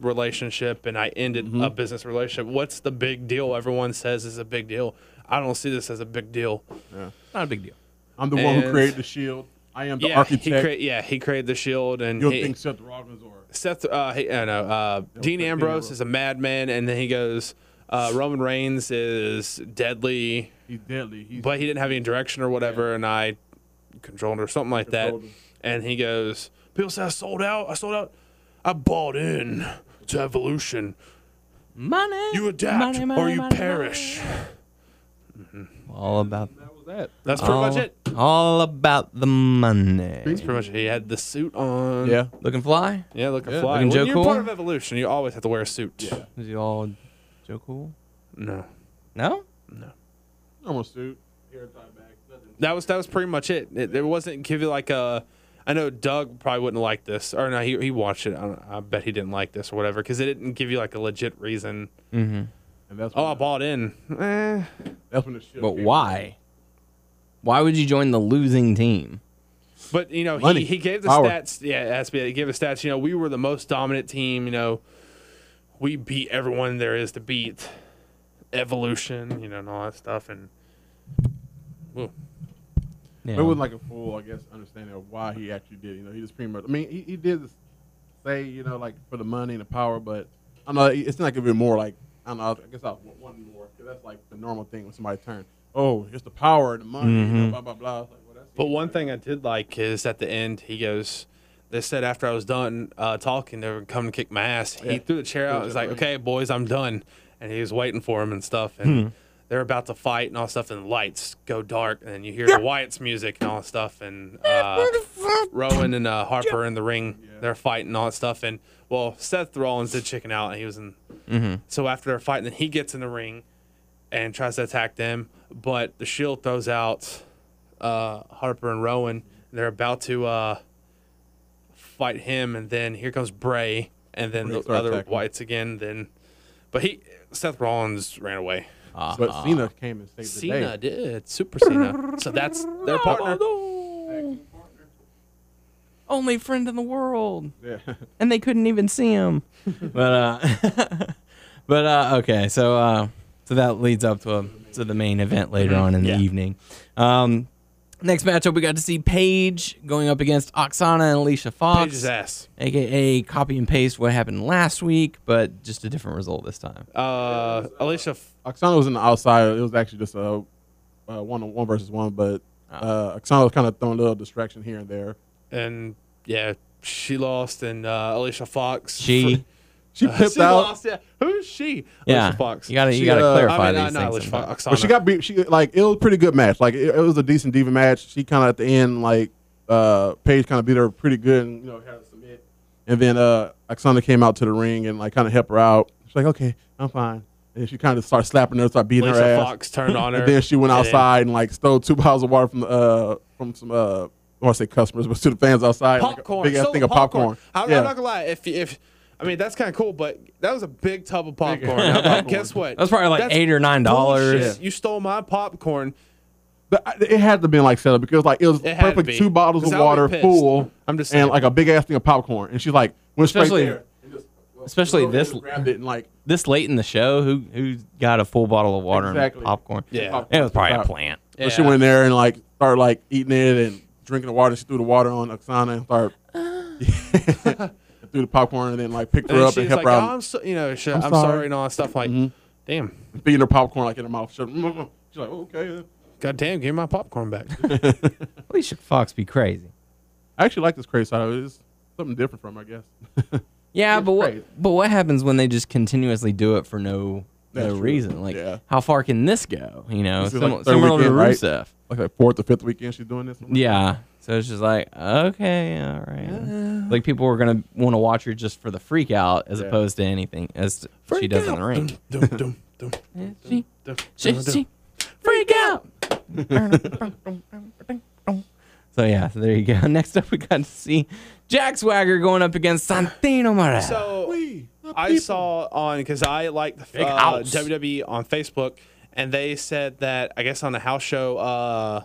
Speaker 3: relationship and I ended
Speaker 4: Mm-hmm.
Speaker 3: a business relationship. What's the big deal? Everyone says is a big deal. I don't see this as a big deal.
Speaker 2: not a big deal.
Speaker 4: I'm the one who
Speaker 3: And-
Speaker 4: created the shield. I am the
Speaker 3: yeah,
Speaker 4: architect.
Speaker 3: he crea- yeah, he created the shield and
Speaker 4: you don't
Speaker 3: he-
Speaker 4: think Seth Rollins or
Speaker 3: Seth. Uh, he, I know uh, Dean
Speaker 4: Dean
Speaker 3: Ambrose
Speaker 4: Ambrose.
Speaker 3: is a madman, and then he goes. Uh, Roman Reigns is deadly,
Speaker 4: he's deadly. He's
Speaker 3: but he didn't have any direction or whatever, and I controlled or something like that.
Speaker 4: Controlled him.
Speaker 3: And he goes, "People say I sold out. I sold out. I bought in to Evolution.
Speaker 2: Money.
Speaker 3: You adapt
Speaker 2: money, money,
Speaker 3: or you
Speaker 2: money,
Speaker 3: perish.
Speaker 2: money. All about
Speaker 4: that was that.
Speaker 3: That's pretty much
Speaker 2: all-
Speaker 3: it.
Speaker 2: All about the money.
Speaker 3: That's pretty much it. He had the suit on.
Speaker 4: Yeah.
Speaker 2: Looking fly?
Speaker 3: Yeah, looking
Speaker 4: Yeah.
Speaker 3: fly.
Speaker 2: Looking
Speaker 3: when
Speaker 2: Joe
Speaker 3: you're
Speaker 2: Cool?
Speaker 3: part of evolution, you always have to wear a suit.
Speaker 4: Yeah.
Speaker 2: Is he all Joe Cool?
Speaker 3: No.
Speaker 2: No?
Speaker 4: Normal suit. Hair tied back. Nothing.
Speaker 3: That was that was pretty much it. it there wasn't give you like a I know Doug probably wouldn't like this, or no, he, he watched it. I, don't, I bet he didn't like this or whatever, because it didn't give you like a legit reason.
Speaker 4: And that's
Speaker 3: Oh,
Speaker 4: when-
Speaker 3: I bought in. Eh,
Speaker 4: That's when the shield.
Speaker 2: But
Speaker 4: came.
Speaker 2: why? Why would you join the losing team?
Speaker 3: But you know,
Speaker 4: Money.
Speaker 3: he, he gave the
Speaker 4: Power.
Speaker 3: stats. Yeah, SBA, he gave the stats. You know, we were the most dominant team. You know, we beat everyone there is to beat. Evolution, you know, and all that stuff. And Whoa.
Speaker 2: Yeah.
Speaker 4: But it was like a full, I guess, understanding of why he actually did. it. You know, he just pretty much. I mean, he, he did say, you know, like for the money and the power, but I don't know it's not gonna be more like I don't know. I guess I want one more because that's like the normal thing when somebody turns. oh, it's the power of the money, you know, blah blah blah. I was like, well, that's
Speaker 3: But one thing I did like is at the end, he goes, They said after I was done uh, talking, they were coming to kick my ass. He threw the chair out. and was like, Okay, boys, I'm done. And he was waiting for him and stuff. And they're about to fight and all stuff. And the lights go dark. And you hear the Wyatt's music and all that stuff. And uh, Rowan and uh, Harper in the ring, they're fighting and all that stuff. And well, Seth Rollins did chicken out. And he was in. So after they're fighting, then he gets in the ring and tries to attack them. But the shield throws out uh, Harper and Rowan. And they're about to uh, fight him, and then here comes Bray, and then the
Speaker 4: start
Speaker 3: other
Speaker 4: attacking.
Speaker 3: whites again. Then, but he Seth Rollins ran away.
Speaker 4: but Cena came and saved the day.
Speaker 3: Cena did Super Cena, so that's their *laughs* partner.
Speaker 2: Only friend in the world.
Speaker 4: Yeah.
Speaker 2: and they couldn't even see him. *laughs* but uh, *laughs* but uh, okay, so uh, so that leads up to to the main event later on in the evening. Um, next matchup, we got to see Paige going up against Oksana and Alicia Fox,
Speaker 3: Paige's ass.
Speaker 2: aka copy and paste what happened last week, but just a different result this time.
Speaker 3: Uh, Alicia F-
Speaker 4: Oksana was in the outside. It was actually just a uh, one on one versus one, but uh, Oksana was kind of throwing a little distraction here and there.
Speaker 3: and yeah, she lost, and uh, Alicia Fox.
Speaker 2: She,
Speaker 4: She
Speaker 3: Uh,
Speaker 4: pipped
Speaker 3: she
Speaker 4: out.
Speaker 3: lost. Yeah, who's she?
Speaker 2: yeah,
Speaker 3: Alicia Fox.
Speaker 2: you gotta you
Speaker 4: She,
Speaker 2: gotta
Speaker 4: uh, I
Speaker 3: I
Speaker 2: clarify
Speaker 3: mean, not,
Speaker 2: these
Speaker 3: not
Speaker 2: things.
Speaker 3: Alicia
Speaker 2: sometimes.
Speaker 3: Fox.
Speaker 4: But she got beat. She like it was a pretty good match. Like it, it was a decent diva match. She kind of at the end like uh Paige kind of beat her pretty good and you know had her submit. And then uh Oksana came out to the ring and like kind of helped her out. She's like, okay, I'm fine. And she kind of started slapping her, started beating her
Speaker 3: Alicia
Speaker 4: ass.
Speaker 3: Fox turned
Speaker 4: *laughs*
Speaker 3: on her.
Speaker 4: And then she went
Speaker 3: and then-
Speaker 4: outside and like stole two *laughs* bottles of water from the, uh from some uh I want to say customers, but to the fans outside. like, a
Speaker 3: popcorn.
Speaker 4: big ass
Speaker 3: sold
Speaker 4: thing of popcorn.
Speaker 3: I'm, I'm
Speaker 4: Yeah.
Speaker 3: not gonna lie. If if I mean that's kind of cool, but that was a big tub of
Speaker 4: *laughs*
Speaker 3: popcorn. Now,
Speaker 4: popcorn.
Speaker 3: Guess what?
Speaker 2: That's probably like eight or nine dollars.
Speaker 3: bullshit. You stole my popcorn.
Speaker 4: But I- it had to be like set up because like it was
Speaker 3: It had to
Speaker 4: perfect
Speaker 3: be.
Speaker 4: two bottles of
Speaker 3: 'Cause I would've
Speaker 4: water
Speaker 3: pissed.
Speaker 4: full.
Speaker 3: I'm just saying.
Speaker 4: and like a big ass thing of popcorn, and she's like went straight
Speaker 2: Especially-
Speaker 4: there. And just-
Speaker 2: especially this-
Speaker 4: grabbed it and like
Speaker 2: This late in the show, who who got a full bottle of water
Speaker 4: Exactly.
Speaker 2: and popcorn?
Speaker 3: Yeah.
Speaker 2: it was probably a
Speaker 4: Pop-
Speaker 2: plant.
Speaker 4: so she went in there and like started like eating it and drinking the water. She threw the water on Oksana
Speaker 3: *laughs*
Speaker 4: and started *laughs* threw the popcorn and then like picked her
Speaker 3: And
Speaker 4: up
Speaker 3: she's
Speaker 4: and helped
Speaker 3: like,
Speaker 4: her
Speaker 3: "Oh,
Speaker 4: out,
Speaker 3: I'm so, you know, shit, I'm,
Speaker 4: I'm
Speaker 3: sorry.
Speaker 4: sorry. Mm-hmm.
Speaker 3: and all that stuff. Like, damn,
Speaker 4: feeding her popcorn like in her mouth. She's like, she's like okay.
Speaker 3: goddamn, give me my popcorn
Speaker 4: *laughs*
Speaker 3: back.
Speaker 2: Alicia Fox be crazy.
Speaker 4: I actually like this crazy side of it. It's something different from, I guess. *laughs*
Speaker 2: Yeah, but what
Speaker 4: crazy.
Speaker 2: but what happens when they just continuously do it for no
Speaker 4: That's
Speaker 2: no
Speaker 4: true.
Speaker 2: reason? Like,
Speaker 4: Yeah.
Speaker 2: how far can this go? You know,
Speaker 4: This is
Speaker 2: sim-
Speaker 4: like third
Speaker 2: similar to
Speaker 4: weekend, right?
Speaker 2: Rusev.
Speaker 4: like that fourth or fifth weekend she's doing this.
Speaker 2: Yeah, so it's just like okay, all right.
Speaker 3: Uh.
Speaker 2: Like people were gonna want to watch her just for the freak out as
Speaker 4: Yeah.
Speaker 2: opposed to anything as she does in the ring.
Speaker 3: *laughs* Dum, dum, dum, dum,
Speaker 2: She-
Speaker 3: dum,
Speaker 2: she-
Speaker 3: dum, dum.
Speaker 2: she- freak out. *laughs* So yeah, so there you go. *laughs* Next up, we got to see Jack Swagger going up against Santino Marella.
Speaker 3: So
Speaker 4: We, the
Speaker 3: I
Speaker 4: people.
Speaker 3: saw on because I like the uh,
Speaker 2: house.
Speaker 3: WWE on Facebook, and they said that I guess on the house show, uh,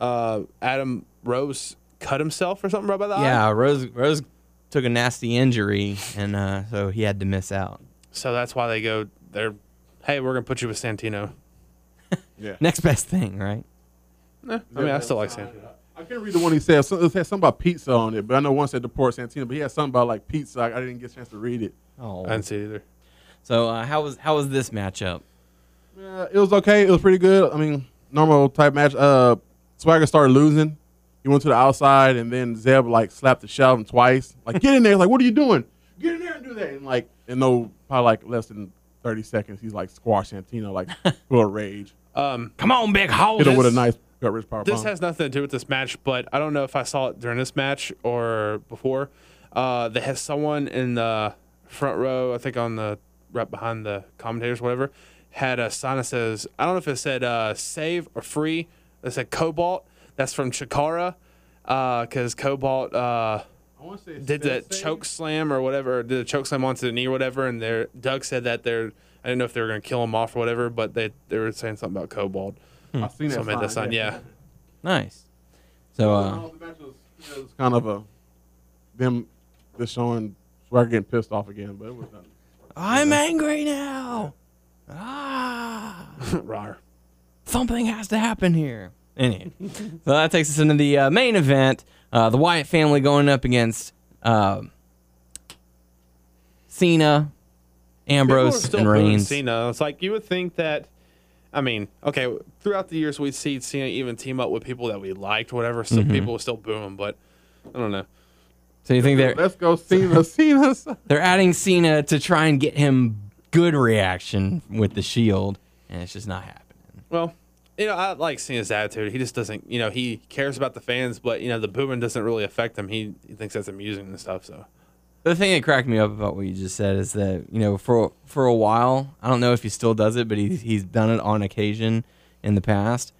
Speaker 3: uh, Adam Rose cut himself or something right by the eye.
Speaker 2: yeah, Rose Rose took a nasty injury, and uh, so he had to miss out.
Speaker 3: So that's why they go. They're, hey, we're gonna put you with Santino.
Speaker 2: Next best thing, right?
Speaker 3: I mean, I still like Santino.
Speaker 4: I can't read the one he said. Some- It had something about pizza on it, but I know one said the port Santino, but he had something about like pizza. I, I didn't get a chance to read it.
Speaker 2: Oh,
Speaker 3: I didn't see it either.
Speaker 2: so uh, how was how was this matchup?
Speaker 4: Uh, it was okay. It was pretty good. I mean, normal type match. Uh, Swagger started losing. He went to the outside, and then Zeb like slapped the shit out of him twice. Like, get in there. He's like, what are you doing? Get in there and do that. And like, in no, probably like less than thirty seconds, he's like squashed
Speaker 3: *laughs*
Speaker 4: Santino like full of rage.
Speaker 3: Um,
Speaker 2: Come on, big hole.
Speaker 4: Hit him with a
Speaker 3: this-
Speaker 4: nice gut rich power
Speaker 3: This
Speaker 4: bomb.
Speaker 3: has nothing to do with this match, but I don't know if I saw it during this match or before. Uh, they had someone in the front row, I think on the right behind the commentators, whatever, had a sign that says, I don't know if it said uh, save or free. It said Cobalt. That's from Chikara because Cobalt uh,
Speaker 4: I wanna say
Speaker 3: did
Speaker 4: it's-
Speaker 3: that choke slam or whatever, or did a choke slam onto the knee or whatever. And their Doug said that they're, I didn't know if they were going to kill him off or whatever, but they, they were saying something about Cobalt.
Speaker 4: I seen that
Speaker 3: So I made Hmm. that sign, yeah.
Speaker 2: Nice. So uh, *laughs*
Speaker 4: Well, the match was, you know, it was kind of a them just showing Swagger getting pissed off again, but it was nothing.
Speaker 2: I'm angry now. Ah,
Speaker 3: Rawr.
Speaker 2: something has to happen here. Anyway, so that takes us into the uh, main event. Uh, the Wyatt family going up against uh, Cena,
Speaker 3: People are
Speaker 2: Ambrose,
Speaker 3: still
Speaker 2: and
Speaker 3: booing
Speaker 2: Reigns.
Speaker 3: Cena. It's like you would think that I mean, okay, throughout the years we'd see Cena even team up with people that we liked, whatever. So people would still boo him, but I don't know.
Speaker 2: So you think they're
Speaker 4: Let's go Cena. Cena.
Speaker 2: they're adding Cena to try and get him good reaction with the Shield, and it's just not happening.
Speaker 3: Well, you know, I like seeing his attitude. He just doesn't, you know, he cares about the fans, but you know, the booing doesn't really affect him. He, he thinks that's amusing and stuff. So
Speaker 2: The thing that cracked me up about what you just said is that you know for for a while I don't know if he still does it, but he's he's done it on occasion in the past.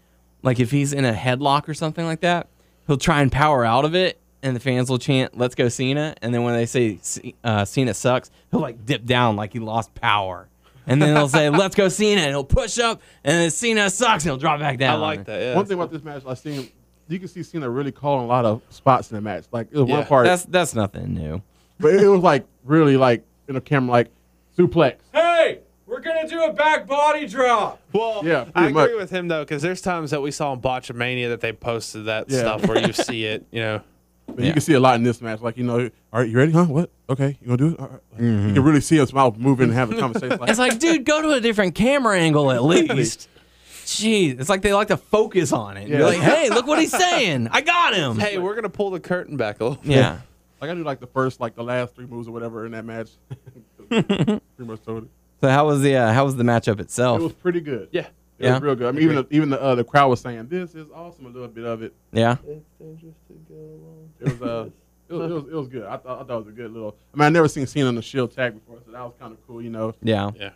Speaker 2: Like if he's in a headlock or something like that, he'll try and power out of it, and the fans will chant "Let's go Cena," and then when they say C- uh, Cena sucks, he'll like dip down like he lost power, and then they'll say "Let's go Cena," and he'll push up, and then Cena sucks, and he'll drop back
Speaker 3: I
Speaker 2: down.
Speaker 3: like that. Yeah,
Speaker 4: One thing about this match, I seen you can see Cena really calling a lot of spots in the match. Like it was
Speaker 3: Yeah.
Speaker 4: one part,
Speaker 2: That's that's nothing new.
Speaker 4: but it was like really like in the camera, like suplex.
Speaker 2: Hey, we're gonna do a back body drop.
Speaker 3: Well,
Speaker 4: Yeah,
Speaker 3: I
Speaker 4: pretty
Speaker 3: agree
Speaker 4: much.
Speaker 3: with him though, because there's times that we saw in Botchamania that they posted that
Speaker 4: Yeah.
Speaker 3: stuff where you see it, you know.
Speaker 4: But you can see a lot in this match. Like you know, all right, you ready? Huh? What? Okay, you gonna do it? All right. Like, You can really see his mouth moving and having a conversation. Like,
Speaker 2: It's like, dude, go to a different camera angle at least. Jeez, it's like they like to focus on it. You're
Speaker 4: Yeah.
Speaker 2: like, hey, look what he's saying. I got
Speaker 3: *laughs*
Speaker 2: him.
Speaker 3: Hey, we're gonna pull the curtain back a little. bit.
Speaker 2: Yeah.
Speaker 4: like I do like the first, like the last three moves or whatever in that match. *laughs* pretty much told it.
Speaker 2: So how was the uh, how was the matchup
Speaker 4: It was
Speaker 2: itself?
Speaker 4: pretty good.
Speaker 3: Yeah.
Speaker 4: It
Speaker 2: Yeah.
Speaker 4: was real good. I mean, even the, even the uh, the crowd was saying, "This is awesome." A little bit of it.
Speaker 2: Yeah.
Speaker 4: It was uh, *laughs* it was, it was, it was good. I thought I thought it was a good little. I mean, I never seen Cena on the Shield tag before, so that was kind of cool, you know.
Speaker 2: Yeah.
Speaker 3: Yeah.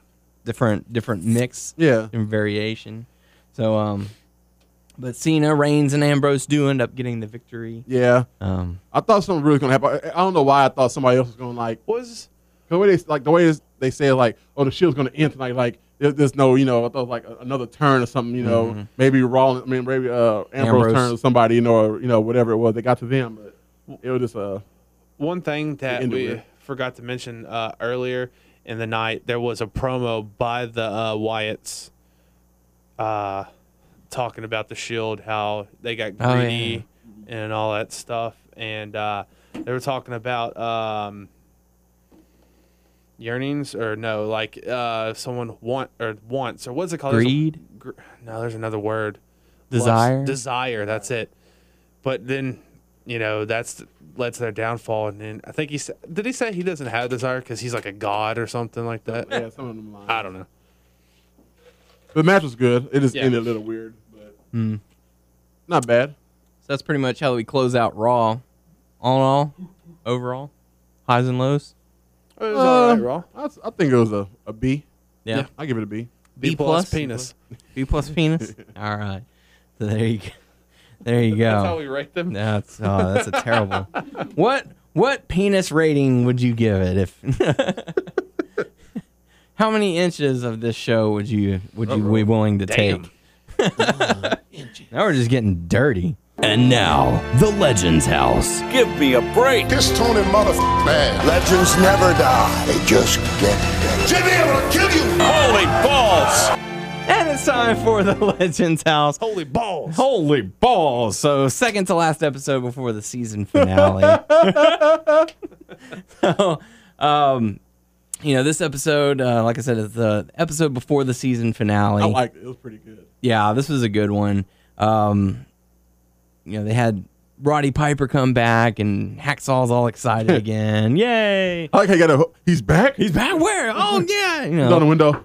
Speaker 2: Different different mix
Speaker 4: Yeah,
Speaker 2: and variation. So um but Cena, Reigns, and Ambrose do end up getting the victory.
Speaker 4: yeah.
Speaker 2: Um
Speaker 4: I thought something really was gonna happen. I, I don't know why I thought somebody else was gonna like.
Speaker 3: Was
Speaker 4: Cause the way they like the way they say like, oh, the Shield's gonna end tonight. Like there- there's no, you know, I thought like a- another turn or something. You know, maybe Rollins. I mean, maybe uh, Ambrose,
Speaker 2: Mm-hmm. Ambrose.
Speaker 4: turn or somebody. You know, or, you know, whatever it was. They got to them, but it was just uh,
Speaker 3: one thing that
Speaker 4: end it
Speaker 3: we
Speaker 4: with.
Speaker 3: forgot to mention uh, earlier in the night. There was a promo by the uh, Wyatts, uh, talking about the Shield, how they got
Speaker 2: Oh, yeah.
Speaker 3: greedy and all that stuff, and uh, they were talking about um, yearnings or no, like uh, someone want or wants or what's it called? Oh, There's a-
Speaker 2: Greed?
Speaker 3: gr- no, there's another word.
Speaker 2: Desire?
Speaker 3: Lust- desire. That's it. But then, you know, that's led to their downfall. And then I think he said, did he say he doesn't have desire because he's like a god or something like that?
Speaker 4: yeah, some of them. Lines.
Speaker 3: I don't know.
Speaker 4: The match was good. It just
Speaker 3: Yeah.
Speaker 4: ended a little weird, but not bad.
Speaker 2: So that's pretty much how we close out Raw. All in all, overall, highs and lows.
Speaker 3: It was
Speaker 4: Uh,
Speaker 3: all right, Raw.
Speaker 2: Oh.
Speaker 4: I, I think it was a, a B.
Speaker 2: Yeah.
Speaker 4: I give it a B.
Speaker 2: B
Speaker 3: B plus
Speaker 2: plus?
Speaker 3: penis.
Speaker 2: B plus penis. All right. So there you go. There you go.
Speaker 3: That's how we rate them.
Speaker 2: That's oh, that's a terrible. what what penis rating would you give it if? *laughs* How many inches of this show would you would you be willing to
Speaker 3: Damn.
Speaker 2: take? *laughs* now we're just getting dirty.
Speaker 5: And now, the Legends House.
Speaker 6: Give me a break.
Speaker 7: This Tony motherfucker bad.
Speaker 8: Legends never die, they just get better.
Speaker 7: Jimmy, I'm gonna kill you.
Speaker 6: Holy balls!
Speaker 2: And it's time for the *laughs* Legends House.
Speaker 3: Holy balls.
Speaker 2: Holy balls! So second to last episode before the season *laughs* finale. so, um, you know this episode, uh, like I said, is the episode before the season finale.
Speaker 4: I liked it. It was pretty good.
Speaker 2: yeah, this was a good one. Um, you know they had Roddy Piper come back and Hacksaw's all *laughs* excited again. Yay!
Speaker 4: I like how you got a. He's back.
Speaker 2: He's back where? Oh yeah! You
Speaker 4: He's on the
Speaker 2: know,
Speaker 4: window.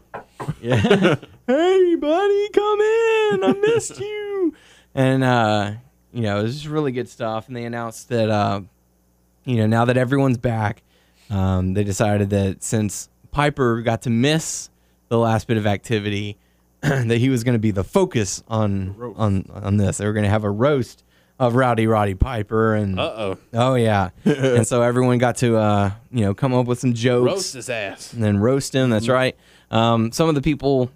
Speaker 2: yeah. hey buddy, come in. I missed you. And uh, you know, it was just really good stuff. And they announced that uh, you know, now that everyone's back, um, they decided that since Piper got to miss the last bit of activity, *clears throat* that he was going to be the focus on
Speaker 4: roast.
Speaker 2: on on this. They were going to have a roast of Rowdy Roddy Piper, and
Speaker 3: Uh oh.
Speaker 2: oh yeah, and so everyone got to uh, you know come up with some jokes
Speaker 3: Roast his ass.
Speaker 2: and then roast him. That's right. Um, some of the people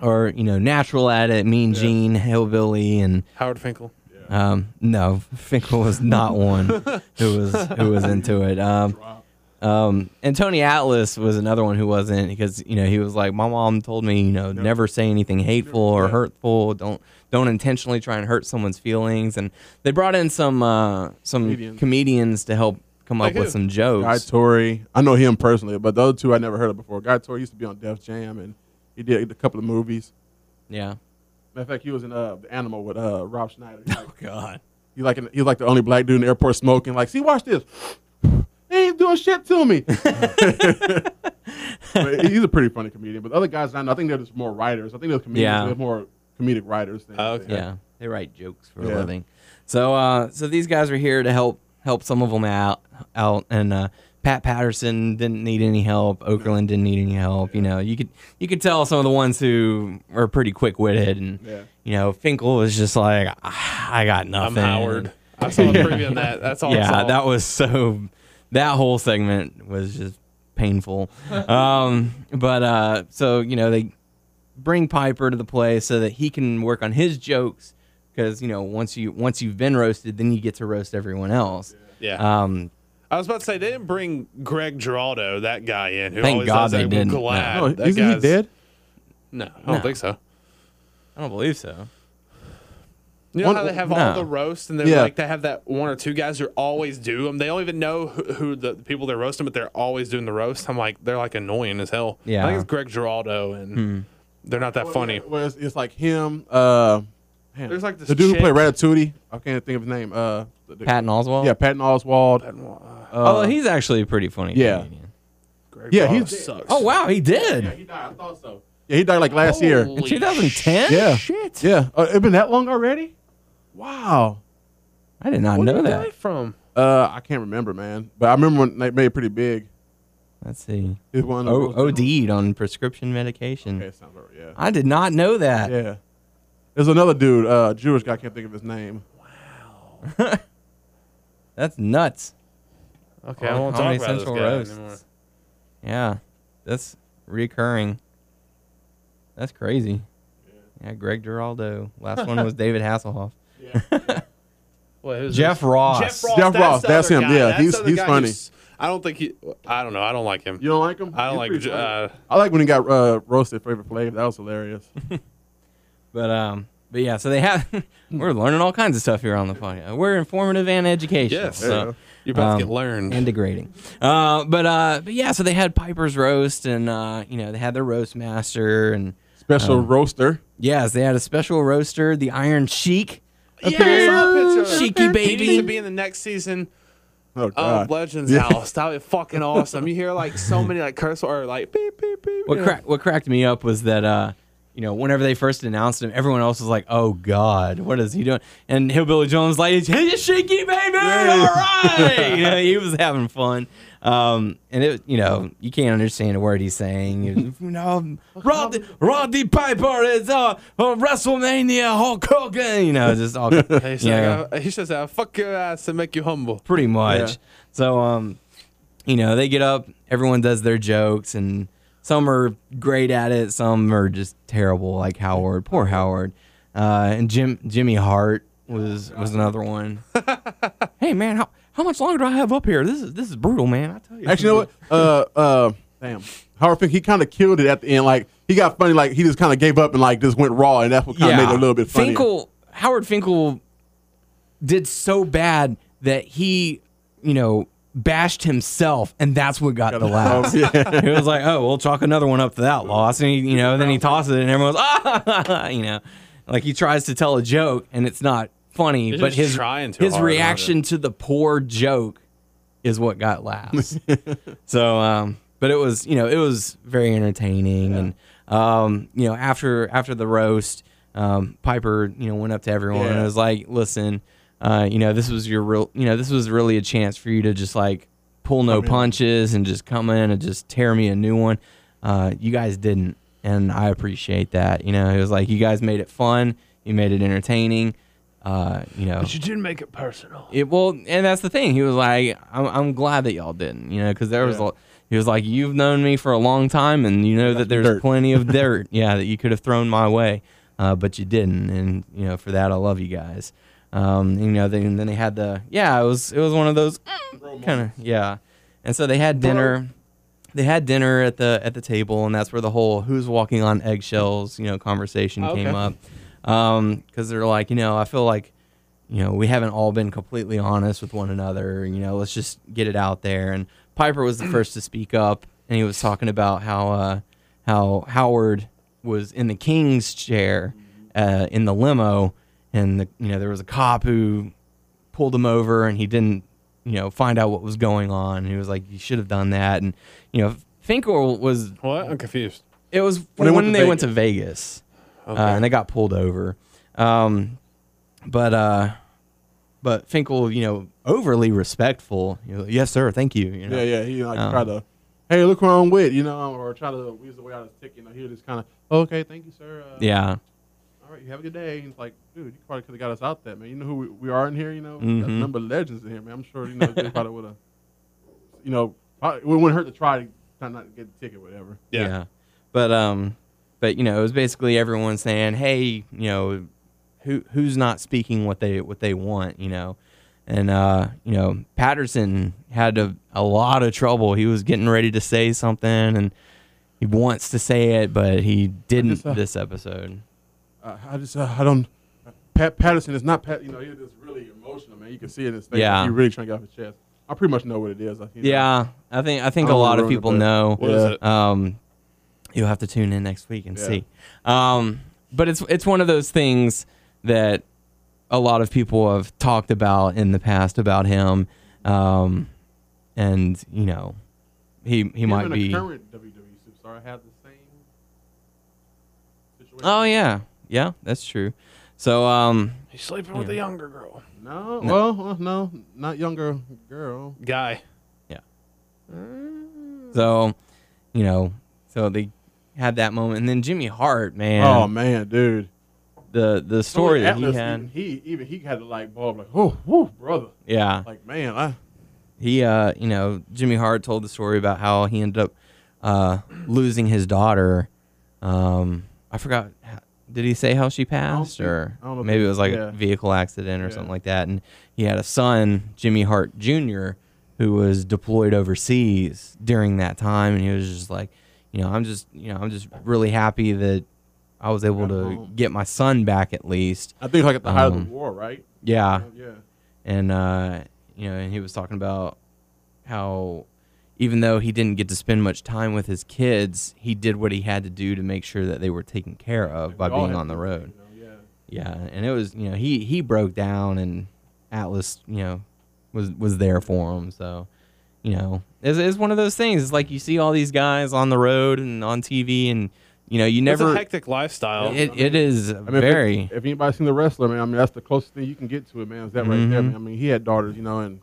Speaker 2: are you know natural at it. Mean Gene, Hillbilly, and
Speaker 3: Howard Finkel.
Speaker 2: um, no, Finkel was not one who was who was into it. Um, um, and Tony Atlas was another one who wasn't because you know he was like, my mom told me you know never say anything hateful or hurtful. Don't don't intentionally try and hurt someone's feelings. And they brought in some uh, some comedians.
Speaker 4: Comedians.
Speaker 2: to help come
Speaker 3: Like
Speaker 2: up with
Speaker 3: who?
Speaker 2: some
Speaker 4: Guy
Speaker 2: jokes.
Speaker 4: Tori. I know him personally, but the other two I never heard of before. Guy Tori used to be on Def Jam, and he did a couple of movies.
Speaker 2: Yeah.
Speaker 4: Matter of fact, he was in uh, the Animal with uh,
Speaker 3: *laughs*
Speaker 4: Rob Schneider. He, like,
Speaker 2: Oh God.
Speaker 4: he like an- he was like the only black dude in the airport smoking. Like, see, watch this. They ain't doing shit
Speaker 3: *laughs*
Speaker 4: to me. but he's a pretty funny comedian. But the other guys, I know, I think they're just more writers. I think they're comedians.
Speaker 2: Yeah.
Speaker 4: They're more comedic writers. Than
Speaker 3: Oh, Okay.
Speaker 2: Yeah. They write jokes for a
Speaker 4: Yeah.
Speaker 2: living. So uh so these guys were here to help help some of them out out and uh Pat Patterson didn't need any help. Okerlund didn't need any help. You know, you could you could tell some of the ones who are pretty quick witted, and
Speaker 4: Yeah.
Speaker 2: you know Finkel was just like, "Ah, I got
Speaker 3: I'm
Speaker 2: nothing.
Speaker 3: Howard. I saw the preview
Speaker 2: *laughs*
Speaker 3: on that. That's all. I
Speaker 2: yeah,
Speaker 3: saw.
Speaker 2: that was so. That whole segment was just *laughs* painful. um, but uh, so you know they bring Piper to the play so that he can work on his jokes because you know once you once you've been roasted, then you get to roast everyone else.
Speaker 3: Yeah.
Speaker 2: Um,
Speaker 3: I was about to say they didn't bring Greg Giraldo, that guy in. Who
Speaker 2: Thank
Speaker 3: always
Speaker 2: God
Speaker 3: does that.
Speaker 2: they
Speaker 3: I'm
Speaker 2: didn't.
Speaker 3: Glad
Speaker 4: Oh,
Speaker 3: that
Speaker 4: isn't he
Speaker 3: guy's-
Speaker 4: dead?
Speaker 3: No, I don't
Speaker 2: No.
Speaker 3: think so.
Speaker 2: I don't believe so.
Speaker 3: You know
Speaker 4: One-
Speaker 3: how they have
Speaker 2: no.
Speaker 3: all the roasts, and they're
Speaker 4: Yeah.
Speaker 3: like they have that one or two guys who always do them. They don't even know who, who the people they're roasting, but they're always doing the roast. I'm like, they're like annoying as hell.
Speaker 2: Yeah.
Speaker 3: I think it's Greg Giraldo, and
Speaker 4: Hmm.
Speaker 3: they're not that funny.
Speaker 4: Well, it's, it's like him. Uh, man,
Speaker 3: There's like this
Speaker 4: the dude
Speaker 3: chick-
Speaker 4: who played Ratatouille. I can't think of his name. Uh, the- the-
Speaker 2: Patton Oswald.
Speaker 4: Yeah, Patton Oswald.
Speaker 2: Although he's actually a pretty funny.
Speaker 4: yeah.
Speaker 2: comedian.
Speaker 3: Greg
Speaker 4: Yeah,
Speaker 3: Giraldo
Speaker 4: he's-
Speaker 3: sucks.
Speaker 2: Oh wow, he did.
Speaker 4: he died. I thought so. Yeah, he died like last year.
Speaker 2: In 2010.
Speaker 4: Yeah.
Speaker 3: shit!
Speaker 4: Yeah, uh, it been that long already. Wow.
Speaker 2: I did not
Speaker 3: Where
Speaker 2: know
Speaker 3: did he
Speaker 2: that.
Speaker 3: die from?
Speaker 4: Uh, I can't remember, man. But I remember when they made it pretty big.
Speaker 2: Let's see.
Speaker 4: It was one of
Speaker 2: O-
Speaker 4: those-
Speaker 2: OD'd on prescription medication.
Speaker 4: Okay, it sounds right, yeah.
Speaker 2: I did not know that.
Speaker 4: Yeah. There's another dude, uh, Jewish guy. I can't think of his name.
Speaker 2: That's nuts.
Speaker 3: Okay,
Speaker 2: Oh,
Speaker 3: I won't talk
Speaker 2: Comedy
Speaker 3: about
Speaker 2: Central
Speaker 3: this guy
Speaker 2: roasts.
Speaker 3: anymore.
Speaker 2: Yeah, that's recurring. That's crazy. Yeah, Greg Giraldo. Last one
Speaker 3: *laughs*
Speaker 2: was David Hasselhoff.
Speaker 3: What, who's
Speaker 2: Jeff
Speaker 3: this?
Speaker 2: Ross.
Speaker 3: Jeff Ross.
Speaker 4: Jeff
Speaker 3: that's
Speaker 4: Ross,
Speaker 3: the
Speaker 4: that's
Speaker 3: other
Speaker 4: him,
Speaker 3: guy.
Speaker 4: yeah,
Speaker 3: That's
Speaker 4: he's-
Speaker 3: the other
Speaker 4: he's
Speaker 3: guy
Speaker 4: funny.
Speaker 3: who's- I don't think he. I don't know. I don't like him.
Speaker 4: You don't like him?
Speaker 3: I don't like.
Speaker 4: He's pretty funny.
Speaker 3: Uh,
Speaker 4: I like when he got uh, roasted favorite flavor. That
Speaker 2: *laughs*
Speaker 4: was hilarious.
Speaker 2: But um, but yeah. So they have. *laughs* we're learning all kinds of stuff here on the podcast. We're informative and educational.
Speaker 3: yes.
Speaker 2: so-
Speaker 3: You're about
Speaker 2: um,
Speaker 3: to get learned.
Speaker 2: and degrading. Uh, but uh, but yeah. So they had Piper's roast, and uh, you know they had their roast master, and
Speaker 4: Special
Speaker 2: Um,
Speaker 4: roaster.
Speaker 2: yes, they had a special roaster, the Iron Sheik.
Speaker 3: I saw that
Speaker 2: appeared.
Speaker 3: picture.
Speaker 2: Cheeky
Speaker 3: He needs to
Speaker 2: baby.
Speaker 3: be in the next season
Speaker 4: Oh
Speaker 3: of
Speaker 4: God.
Speaker 3: Legends House. That would be
Speaker 2: *laughs*
Speaker 3: fucking awesome. You hear like so many like curse or like beep beep beep.
Speaker 2: What
Speaker 3: you
Speaker 2: crack, what cracked me up was that uh, you know, whenever they first announced him, everyone else was like, "Oh God, what is he doing?" And Hillbilly Jones was like, "Hey, shaky baby, all right." you know, he was having fun. Um, and it, you know, you can't understand a word he's saying. It was, You know, Roddy, Roddy Piper is uh, uh, WrestleMania Hulk Hogan. You know, just all.
Speaker 3: know? He says,
Speaker 2: yeah.
Speaker 3: uh, he says, uh, "Fuck your ass and make you humble."
Speaker 2: pretty much.
Speaker 4: Yeah.
Speaker 2: So um, you know, they get up, everyone does their jokes, and some are great at it, some are just terrible, like Howard. Poor Howard. Uh, and Jim Jimmy Hart was was another one. hey man, how how much longer do I have up here? This is this is brutal, man. I tell you.
Speaker 4: *laughs* Actually, you know what? Uh, uh, damn. Howard Fink, he kind of killed it at the end. Like he got funny. Like he just kind of gave up and like just went raw, and that's what kind of made it a little bit funny.
Speaker 2: Finkel Howard Finkel did so bad that he, you know, bashed himself, and that's what got the
Speaker 4: Oh,
Speaker 2: laughs. *laughs* It was like, oh, we'll chalk another one up to that loss, and he, you know, then he tosses it, and everyone's ah, *laughs* you know, like he tries to tell a joke, and it's not funny,
Speaker 3: He's
Speaker 2: but
Speaker 3: just
Speaker 2: his
Speaker 3: trying too
Speaker 2: his
Speaker 3: hard, aren't
Speaker 2: reaction to the poor joke is what got
Speaker 4: *laughs*
Speaker 2: laughs. So, um, but it was, you know, it was very entertaining, and um, you know, after after the roast, um, Piper, you know, went up to everyone and
Speaker 4: Yeah.
Speaker 2: was like, "Listen, uh, you know, this was your real, you know, this was really a chance for you to just like pull no punches and just come in and just tear me a new one. Uh, you guys didn't, and I appreciate that. You know, it was like you guys made it fun, you made it entertaining." Uh, you know,
Speaker 3: You didn't make it personal.
Speaker 2: it well, and that's the thing. He was like, "I'm, I'm glad that y'all didn't," you know, because there was a. He was like, "You've known me for a long time, and you know that there's
Speaker 4: dirt."
Speaker 2: plenty of dirt, yeah, that you could have thrown my way, uh, but you didn't, and you know for that I love you guys." Um, you know, then then they had the yeah, it was it was one of those kind of yeah, and so they had dinner. They had dinner at the at the table, and that's where the whole "who's walking on eggshells" you know conversation
Speaker 3: Okay.
Speaker 2: came up, because they're like, you know, I feel like you know, we haven't all been completely honest with one another. You know, let's just get it out there. And Piper was the first to speak up, and he was talking about how uh, how Howard was in the king's chair uh, in the limo, and the, you know there was a cop who pulled him over, and he didn't you know find out what was going on. And he was like, "You should have done that," and you know Finkel was
Speaker 3: What? I'm confused.
Speaker 2: it was when,
Speaker 4: they
Speaker 2: they,
Speaker 4: went
Speaker 2: went,
Speaker 4: to
Speaker 2: to Vegas, uh, and they got pulled over. Um, but uh, but Finkel, you know, overly respectful. You know, yes, sir. Thank you. you know.
Speaker 4: Yeah, yeah. He like
Speaker 2: Um,
Speaker 4: try to, hey, look who I'm with, you know, or try to weasel the way out of the ticket. You know, he was just kind of, okay, thank you, sir. Uh,
Speaker 2: yeah.
Speaker 4: All right, you have a good day. And it's like, dude, you probably could have got us out there, man. You know who we, we are in here, you know? We got a
Speaker 2: Mhm.
Speaker 4: number of legends in here, man. I'm sure, you know, they probably would have, you know, probably, it wouldn't hurt to try to try not to get the ticket, whatever.
Speaker 3: Yeah.
Speaker 2: But um, but you know, it was basically everyone saying, "Hey, you know, who who's not speaking what they what they want?" You know, and uh, you know, Patterson had a, a lot of trouble. He was getting ready to say something, and he wants to say it, but he didn't
Speaker 4: just, uh,
Speaker 2: this episode.
Speaker 4: Uh, I just, uh, I don't, Pat Patterson is not, Pat, you know, he's just really emotional, man. You can see it in his face.
Speaker 2: Yeah.
Speaker 4: He really trying to get off his chest. I pretty much know what it is. Like, you know.
Speaker 2: Yeah, I think I think
Speaker 4: I
Speaker 2: a
Speaker 4: don't
Speaker 2: lot of
Speaker 4: ruin it,
Speaker 2: people
Speaker 4: but-
Speaker 2: know.
Speaker 3: What is
Speaker 4: Yeah.
Speaker 3: it?
Speaker 2: Um, you'll have to tune in next week and
Speaker 4: Yeah.
Speaker 2: see. Um, but it's it's one of those things that a lot of people have talked about in the past about him, um, and you know, he he
Speaker 4: Even
Speaker 2: might
Speaker 4: a
Speaker 2: be.
Speaker 4: current WWE superstar had the same situation.
Speaker 2: Oh yeah, yeah, that's true. So um,
Speaker 3: He's sleeping with a younger girl.
Speaker 4: No, well, uh, no, not younger girl.
Speaker 3: Guy.
Speaker 2: so you know, so they had that moment, and then Jimmy Hart, man,
Speaker 4: Oh man, dude.
Speaker 2: the the story that he
Speaker 4: Atlas,
Speaker 2: had,
Speaker 4: Even he even he had to like bulb like, oh, whoo, brother.
Speaker 2: yeah,
Speaker 4: Like man, I
Speaker 2: he uh you know jimmy hart told the story about how he ended up uh losing his daughter um i forgot h- did he say how she passed
Speaker 4: think-
Speaker 2: or
Speaker 4: I don't know if
Speaker 2: maybe
Speaker 4: he-
Speaker 2: it was like
Speaker 4: yeah.
Speaker 2: a vehicle accident or
Speaker 4: Yeah.
Speaker 2: something like that and he had a son jimmy hart jr who was deployed overseas during that time and he was just like you know i'm just you know i'm just really happy that i was able
Speaker 4: Got
Speaker 2: to
Speaker 4: home.
Speaker 2: get my son back at least
Speaker 4: I think like at the height of the
Speaker 2: Um,
Speaker 4: war, right?
Speaker 2: yeah
Speaker 4: yeah.
Speaker 2: and uh, you know, and he was talking about how even though he didn't get to spend much time with his kids, he did what he had to do to make sure that they were taken care of by
Speaker 4: We all
Speaker 2: being
Speaker 4: had
Speaker 2: on the
Speaker 4: to-
Speaker 2: road.
Speaker 4: You know, yeah.
Speaker 2: Yeah, and it was you know he he broke down and Atlas you know was was there for him. So you know it's, it's one of those things. It's like you see all these guys on the road and on TV, and you know you
Speaker 3: Never. That's
Speaker 2: never.
Speaker 3: a hectic lifestyle.
Speaker 2: It, it is
Speaker 4: I mean,
Speaker 2: very
Speaker 4: If, if anybody's seen the wrestler, man, I mean that's the closest thing you can get to it, man. Is that right
Speaker 2: Mm-hmm.
Speaker 4: there? Man? I mean, he had daughters, you know, and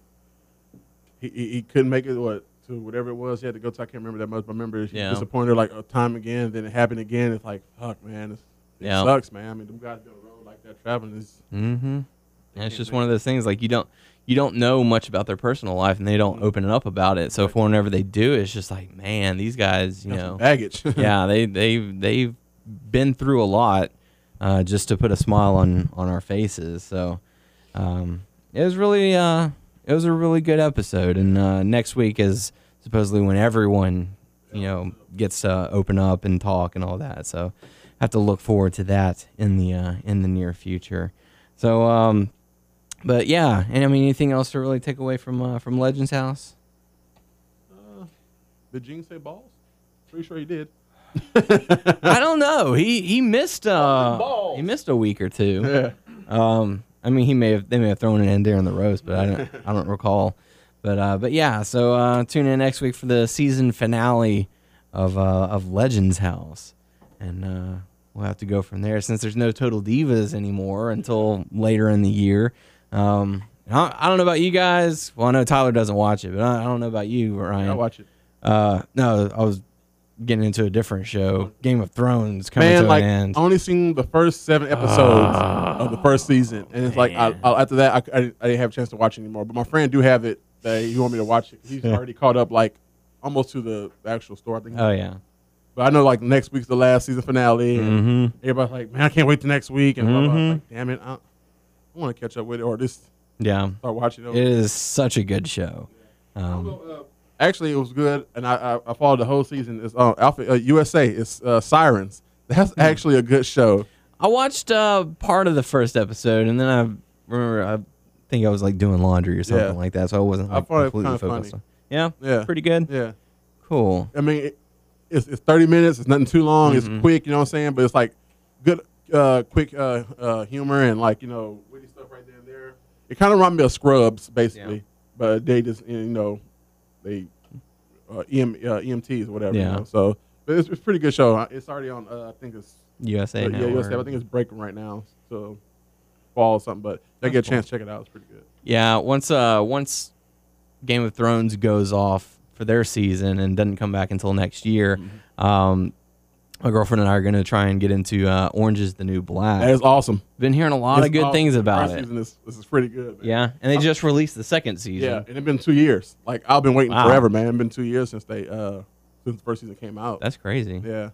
Speaker 4: he, he, he couldn't make it what to whatever it was. He had to go to. I can't remember that much, but I remember he was
Speaker 2: Yeah.
Speaker 4: disappointed like a time again. Then it happened again. It's like fuck, man. It's, it
Speaker 2: Yeah.
Speaker 4: sucks, man. I mean, them guys been on the road like that traveling is
Speaker 2: Mm-hmm. And it's just one of those things like you don't you don't know much about their personal life and they don't open up about it. So if whenever they do, it's just like, man, these guys, you
Speaker 4: got some
Speaker 2: know,
Speaker 4: baggage.
Speaker 2: *laughs* yeah, they they they've been through a lot uh, just to put a smile on on our faces. So um, it was really uh, it was a really good episode. And uh, next week is supposedly when everyone you know gets to open up and talk and all that. So have to look forward to that in the uh, in the near future. So um, but yeah, and I mean anything else to really take away from uh, from Legends House?
Speaker 4: *laughs* Did Gene say balls? Pretty sure he did.
Speaker 2: *laughs* I don't know. He he missed uh he missed a week or two.
Speaker 4: Yeah.
Speaker 2: Um, I mean, he may have they may have thrown it in there in the roast, but I
Speaker 4: *laughs*
Speaker 2: don't I don't recall. But uh, but yeah, so uh, tune in next week for the season finale of uh, of Legends House, and uh, we'll have to go from there since there's no Total Divas anymore until later in the year. Um, and I, I don't know about you guys. Well, I know Tyler doesn't watch it, but I, I don't know about you, Ryan.
Speaker 4: I watch it.
Speaker 2: Uh, no, I was getting into a different show, Game of Thrones coming
Speaker 4: Man,
Speaker 2: to
Speaker 4: like
Speaker 2: an
Speaker 4: I
Speaker 2: end.
Speaker 4: only seen the first seven episodes of the first season, and it's like I, I, after that I, I, didn't- I didn't have a chance to watch it anymore. But my friend do have it. That he want me to watch it. He's already caught up, like almost to the actual store. I think.
Speaker 2: Oh yeah,
Speaker 4: but I know like next week's the last season finale, and everybody's like, "Man, I can't wait to next week." And blah, blah, blah. like, damn it, I, I want to catch up with it or just
Speaker 2: yeah.
Speaker 4: start watching it.
Speaker 2: It is such a good show. Um,
Speaker 4: Actually, it was good, and I I, I followed the whole season. It's uh, Alpha uh, USA. It's uh, Sirens. That's actually a good show.
Speaker 2: I watched uh, part of the first episode, and then I remember I think I was like doing laundry or something
Speaker 4: Yeah.
Speaker 2: like that, so I wasn't
Speaker 4: I
Speaker 2: like,
Speaker 4: found it
Speaker 2: completely
Speaker 4: kinda
Speaker 2: focused
Speaker 4: funny.
Speaker 2: on. Yeah,
Speaker 4: Yeah.
Speaker 2: pretty good.
Speaker 4: Yeah,
Speaker 2: Cool.
Speaker 4: I mean, it, it's, it's 30 minutes. It's nothing too long.
Speaker 2: Mm-hmm.
Speaker 4: It's quick. You know what I'm saying? But it's like good, uh, quick uh, uh, humor and like you know witty stuff right there and there. It kind of reminded me of Scrubs basically, but they just you know they uh, EM, uh, EMTs or whatever. you
Speaker 2: Yeah.
Speaker 4: know? So but it's, it's a pretty good show. I- It's already on. Uh, I think it's
Speaker 2: USA.
Speaker 4: uh, yeah,
Speaker 2: Network.
Speaker 4: USA. I think it's breaking right now. So fall or something. But if I get a chance, check it out. It's pretty good.
Speaker 2: Yeah, once uh once Game of Thrones goes off for their season and doesn't come back until next year,
Speaker 4: Mm-hmm.
Speaker 2: um, my girlfriend and I are gonna try and get into uh, Orange is the New Black.
Speaker 4: That is awesome.
Speaker 2: Been hearing a lot of
Speaker 4: It's
Speaker 2: good
Speaker 4: awesome.
Speaker 2: things
Speaker 4: The
Speaker 2: about
Speaker 4: first
Speaker 2: it.
Speaker 4: Season is, this is pretty good. man.
Speaker 2: Yeah, and they just released the second
Speaker 4: Yeah,
Speaker 2: season.
Speaker 4: and it's been two years. Like I've been waiting
Speaker 2: Wow.
Speaker 4: forever, man. It's been two years since they uh since the first season came out.
Speaker 2: That's crazy.
Speaker 4: yeah.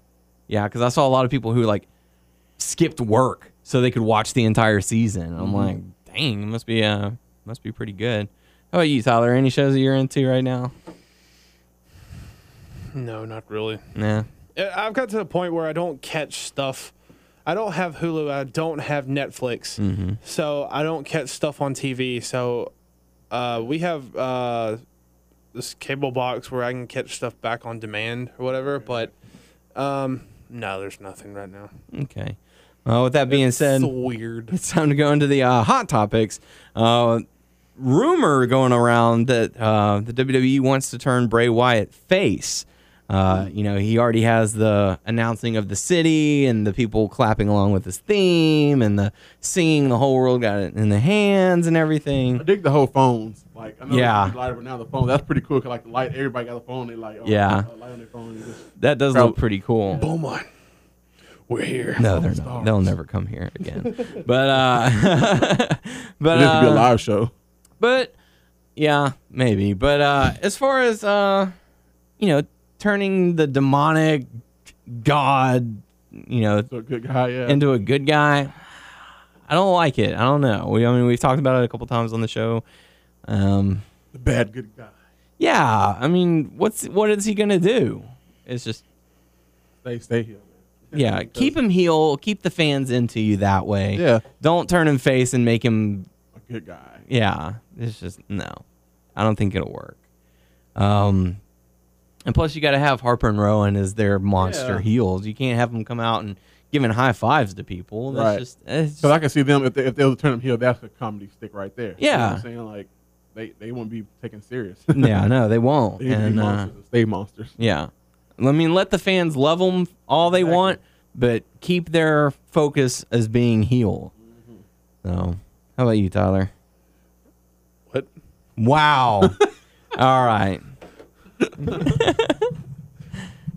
Speaker 2: Yeah, because I saw a lot of people who like skipped work so they could watch the entire season.
Speaker 4: Mm-hmm.
Speaker 2: I'm like, dang, it must be uh must be pretty good. How about you, Tyler? Any shows that you're into right now?
Speaker 3: No, not really.
Speaker 2: Nah.
Speaker 3: Uh, I've got to the point where I don't catch stuff. I don't have Hulu. I don't have Netflix.
Speaker 2: Mm-hmm.
Speaker 3: So I don't catch stuff on TV. So uh, we have uh, this cable box where I can catch stuff back on demand or whatever. But um, no, there's nothing right now.
Speaker 2: Okay. Well, with that being said,
Speaker 3: it's weird.
Speaker 2: *laughs* it's time to go into the uh, hot topics. Uh, rumor going around that uh, the WWE wants to turn Bray Wyatt face. Uh, you know, he already has the announcing of the city and the people clapping along with his theme and the singing. The whole world got it in the hands and
Speaker 4: I
Speaker 2: everything.
Speaker 4: dig the whole phones. Like I know
Speaker 2: Yeah.
Speaker 4: yeah. lighter, but now the phone. That's pretty cool. 'cause, like the light, everybody got a phone. They like oh,
Speaker 2: Yeah.
Speaker 4: a light on their phone. You just-
Speaker 2: That does
Speaker 4: Bro.
Speaker 2: look pretty cool.
Speaker 3: Beaumont, we're here.
Speaker 2: No, they're not. They'll never come here again. *laughs* But uh, but
Speaker 4: It could be a
Speaker 2: uh,
Speaker 4: live show.
Speaker 2: But yeah, maybe. But uh as far as uh you know, turning the demonic god, you know,
Speaker 4: So good guy. Yeah.
Speaker 2: into a good guy, I don't like it. I don't know. We I mean, we've talked about it a couple times on the show. Um
Speaker 4: the bad good guy.
Speaker 2: yeah, I mean, what's what is he going to do? It's just
Speaker 4: Stay, stay here. Man.
Speaker 2: yeah, keep him heel, keep the fans into you that way.
Speaker 4: Yeah.
Speaker 2: Don't turn him face and make him
Speaker 4: A good guy.
Speaker 2: yeah it's just no i don't think it'll work um and plus you got to have harper and rowan as their monster
Speaker 4: Yeah.
Speaker 2: heels you can't have them come out and giving high fives to people that's
Speaker 4: Right.
Speaker 2: just, it's
Speaker 4: Because
Speaker 2: just-
Speaker 4: I can see them if they if they were to turn them heel, that's a comedy stick right there. You know
Speaker 2: Yeah.
Speaker 4: what I'm saying like they they wouldn't be taken
Speaker 2: *laughs*
Speaker 4: serious.
Speaker 2: yeah no they won't
Speaker 4: they need to be
Speaker 2: and uh,
Speaker 4: monsters and stay monsters.
Speaker 2: yeah i mean let the fans love them all they
Speaker 4: Exactly.
Speaker 2: want but keep their focus as being heel so how about you tyler
Speaker 3: What?
Speaker 2: wow *laughs* all right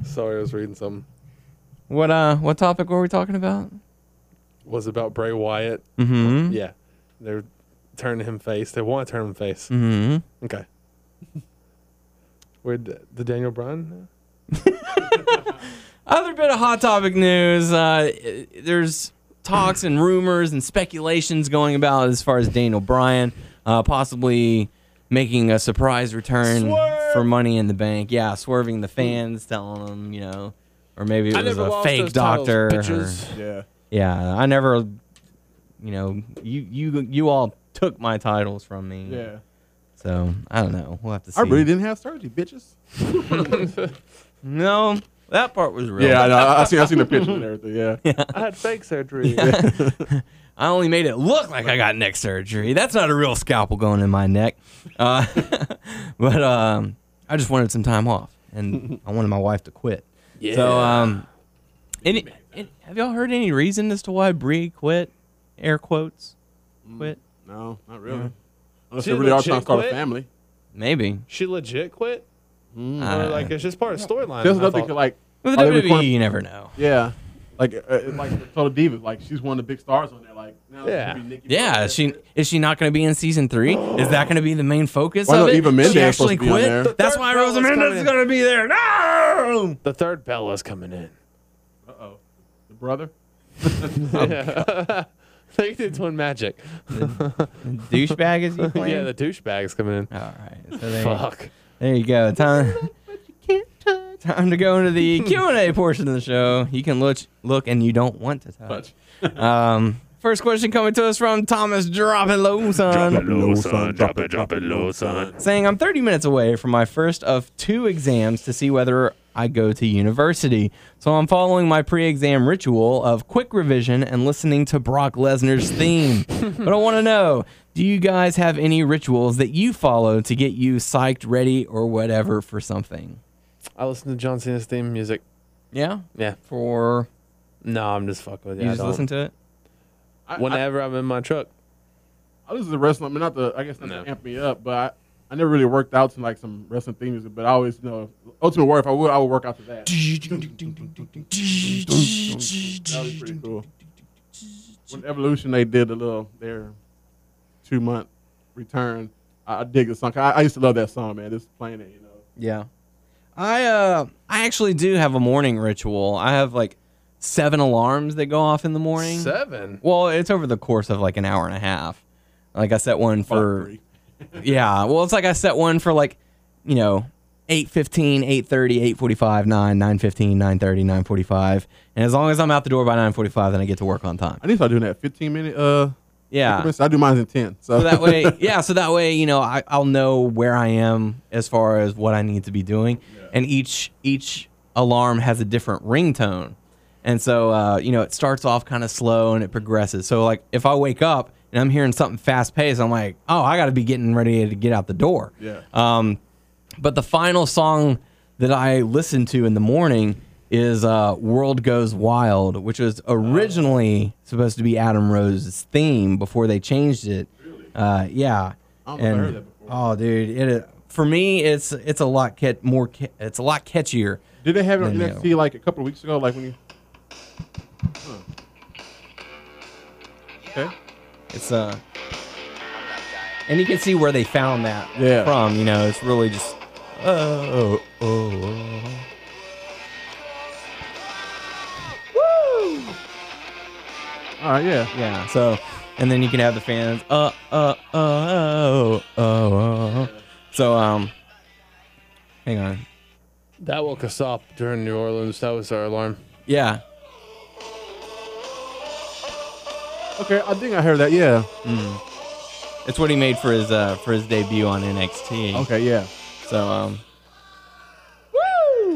Speaker 3: Sorry, I was reading something.
Speaker 2: what uh what topic were we talking about
Speaker 3: was about Bray Wyatt.
Speaker 2: mm-hmm
Speaker 3: Yeah, they're turning him face. They want to turn him face.
Speaker 2: mm-hmm
Speaker 3: Okay. *laughs* Where the Daniel Bryan?
Speaker 2: Other bit of hot topic news. Uh, i- there's talks and rumors and speculations going about as far as Daniel Bryan uh, possibly making a surprise return for Money in the Bank. Yeah, swerving the fans, telling them, you know, or maybe it was a fake doctor. or-
Speaker 4: Yeah.
Speaker 2: yeah, I never, you know, you you you all took my titles from me.
Speaker 4: Yeah.
Speaker 2: So I don't know. We'll have to see.
Speaker 4: I really didn't have surgery, bitches.
Speaker 2: No, that part was real.
Speaker 4: Yeah, I know. I, I seen I seen the pictures *laughs* and everything. Yeah.
Speaker 3: I had fake
Speaker 2: *laughs*
Speaker 3: surgery.
Speaker 2: I only made it look like I got neck surgery. That's not a real scalpel going in my neck. Uh, *laughs* but um, I just wanted some time off, *laughs* and I wanted my wife to quit. So, um, any, any- have y'all heard any reason as to why Brie quit? Air quotes, quit?
Speaker 4: No, not really. Unless
Speaker 3: She
Speaker 4: they really are
Speaker 3: legit
Speaker 4: trying to start
Speaker 3: quit?
Speaker 4: a family.
Speaker 2: Maybe.
Speaker 3: she legit quit,
Speaker 2: Uh,
Speaker 3: or like it's just part of the storyline.
Speaker 4: That's
Speaker 3: I
Speaker 4: another thing.
Speaker 3: thought.
Speaker 4: Like,
Speaker 2: with
Speaker 4: are they
Speaker 2: WWE,
Speaker 4: recording-
Speaker 2: you never know.
Speaker 4: yeah, like uh, it's like the Total Divas. Like she's one of the big stars on there. Like now
Speaker 3: Yeah.
Speaker 4: yeah. be Nikki
Speaker 2: Yeah,
Speaker 4: Bella.
Speaker 2: is she is she not going to be in season three? Is that going to be the main focus?
Speaker 4: Why
Speaker 2: of
Speaker 4: not
Speaker 2: it?
Speaker 4: Eva
Speaker 2: She
Speaker 4: Mendes supposed
Speaker 2: actually
Speaker 4: to be on
Speaker 2: quit.
Speaker 4: there? The
Speaker 2: That's
Speaker 3: third
Speaker 2: why
Speaker 3: Bella's
Speaker 2: Rosa Mendes
Speaker 3: coming
Speaker 2: is
Speaker 3: in.
Speaker 2: going to be there. No.
Speaker 3: the third Bella's coming in. *laughs*
Speaker 4: Uh-oh. the brother.
Speaker 3: they did twin magic.
Speaker 2: *laughs* Douchebag *laughs* is you playing?
Speaker 3: yeah, the douchebag's coming in.
Speaker 2: All right. So there,
Speaker 3: Fuck.
Speaker 2: there you go. Time, time to go into the Q and A portion of the show. You can look, look, and you don't want to touch. *laughs* Um, first question coming to us from Thomas um, Dropping Low Son.
Speaker 6: Low son, drop it, drop it low, son.
Speaker 2: saying I'm 30 minutes away from my first of two exams to see whether I go to university. So I'm following my pre exam ritual of quick revision and listening to Brock Lesnar's theme. but I want to know do you guys have any rituals that you follow to get you psyched, ready, or whatever for something?
Speaker 3: I listen to John Cena's theme music.
Speaker 2: Yeah?
Speaker 3: Yeah.
Speaker 2: For
Speaker 3: No, I'm just fucking with you.
Speaker 2: you just listen to it?
Speaker 4: I, I,
Speaker 3: Whenever I'm in my truck.
Speaker 4: I listen to wrestling. I mean, not the I guess not to amp me up, but I, I never really worked out to like some wrestling theme music. But I always you know Ultimate Warrior. If I would, I would work out to that. that was pretty cool. When Evolution, they did a little their two month return. I, I dig the song. I, I used to love that song, man. Just playing it, you know.
Speaker 2: Yeah. I uh I actually do have a morning ritual. I have like seven alarms that go off in the morning.
Speaker 3: Seven.
Speaker 2: Well, it's over the course of like an hour and a half. Like I set one for
Speaker 4: Fuckery.
Speaker 2: yeah. Well, it's like I set one for like, you know, 8.15, 8.30, 8.45, 9, 9.15, 9.30, 9.45. And as long as I'm out the door by 9.45, then I get to work on time.
Speaker 4: I need to start doing that fifteen minute. Uh,
Speaker 2: Yeah.
Speaker 4: increments. I do mine in ten. So,
Speaker 2: So that way, yeah. So that way, you know, I, I'll know where I am as far as what I need to be doing, and each each alarm has a different ringtone, and so uh, you know it starts off kind of slow and it progresses. So like if I wake up and I'm hearing something fast paced, I'm like, oh, I got to be getting ready to get out the door.
Speaker 4: *laughs* yeah.
Speaker 2: Um, but the final song that I listened to in the morning is uh, "World Goes Wild," which was originally supposed to be Adam Rose's theme before they changed it. Uh, yeah.
Speaker 4: I don't know if I heard that before.
Speaker 2: Oh, dude, it, it for me it's it's a lot cat more ca- it's a lot catchier.
Speaker 4: Did they have it on
Speaker 2: Then, yeah.
Speaker 4: NXT like a couple of weeks ago? Like when you. Huh. Okay.
Speaker 2: It's uh, and you can see where they found that
Speaker 4: Yeah.
Speaker 2: from. You know, it's really just oh oh. oh.
Speaker 4: All right. Yeah.
Speaker 2: Yeah. So, and then you can have the fans. Uh, uh, uh, oh, oh, oh. So, um, hang on.
Speaker 3: That woke us up during New Orleans. That was our alarm.
Speaker 2: Yeah.
Speaker 4: Okay. I think I heard that. Yeah.
Speaker 2: It's what he made for his uh for his debut on NXT.
Speaker 4: Okay. Yeah.
Speaker 2: So um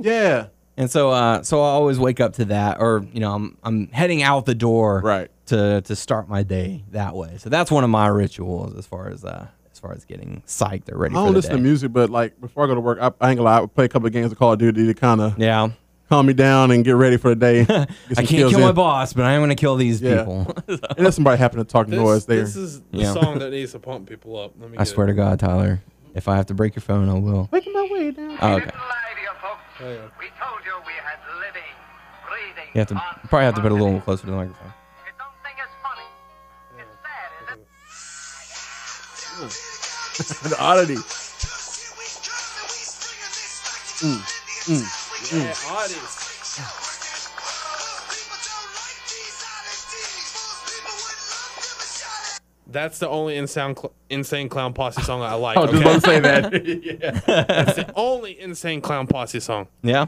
Speaker 4: Yeah.
Speaker 2: and so uh so I always wake up to that or you know I'm I'm heading out the door
Speaker 4: Right.
Speaker 2: to to start my day that way. So that's one of my rituals as far as uh as far as getting psyched or ready
Speaker 4: I
Speaker 2: for
Speaker 4: don't
Speaker 2: the
Speaker 4: listen
Speaker 2: day.
Speaker 4: to music, but like before I go to work, I, I ain't gonna lie. I play a couple of games of Call of Duty to kind of
Speaker 2: Yeah.
Speaker 4: calm me down and get ready for the
Speaker 2: *laughs*
Speaker 4: day. Get
Speaker 2: I
Speaker 4: some
Speaker 2: can't
Speaker 4: kills
Speaker 2: kill my
Speaker 4: in.
Speaker 2: boss, but I am going to kill these
Speaker 4: Yeah. *laughs*
Speaker 2: people.
Speaker 4: And that's somebody happened to talk noise there.
Speaker 3: this is the
Speaker 2: Yeah. *laughs*
Speaker 3: song that needs to pump people up. Let me
Speaker 2: I swear to God, Tyler, if I have to break your phone, I will.
Speaker 4: Making my way down.
Speaker 2: Oh, okay.
Speaker 9: We told you we had living, breathing.
Speaker 2: You have to probably have to put a little closer to the microphone.
Speaker 9: You don't think it's funny. It's sad, is it?
Speaker 4: the
Speaker 2: *laughs*
Speaker 4: oddity.
Speaker 3: That's the only insane, cl- insane clown posse song I
Speaker 2: *laughs* Oh,
Speaker 3: like.
Speaker 4: I was just
Speaker 3: okay?
Speaker 4: about to say that.
Speaker 3: That's the only insane clown posse song.
Speaker 2: Yeah.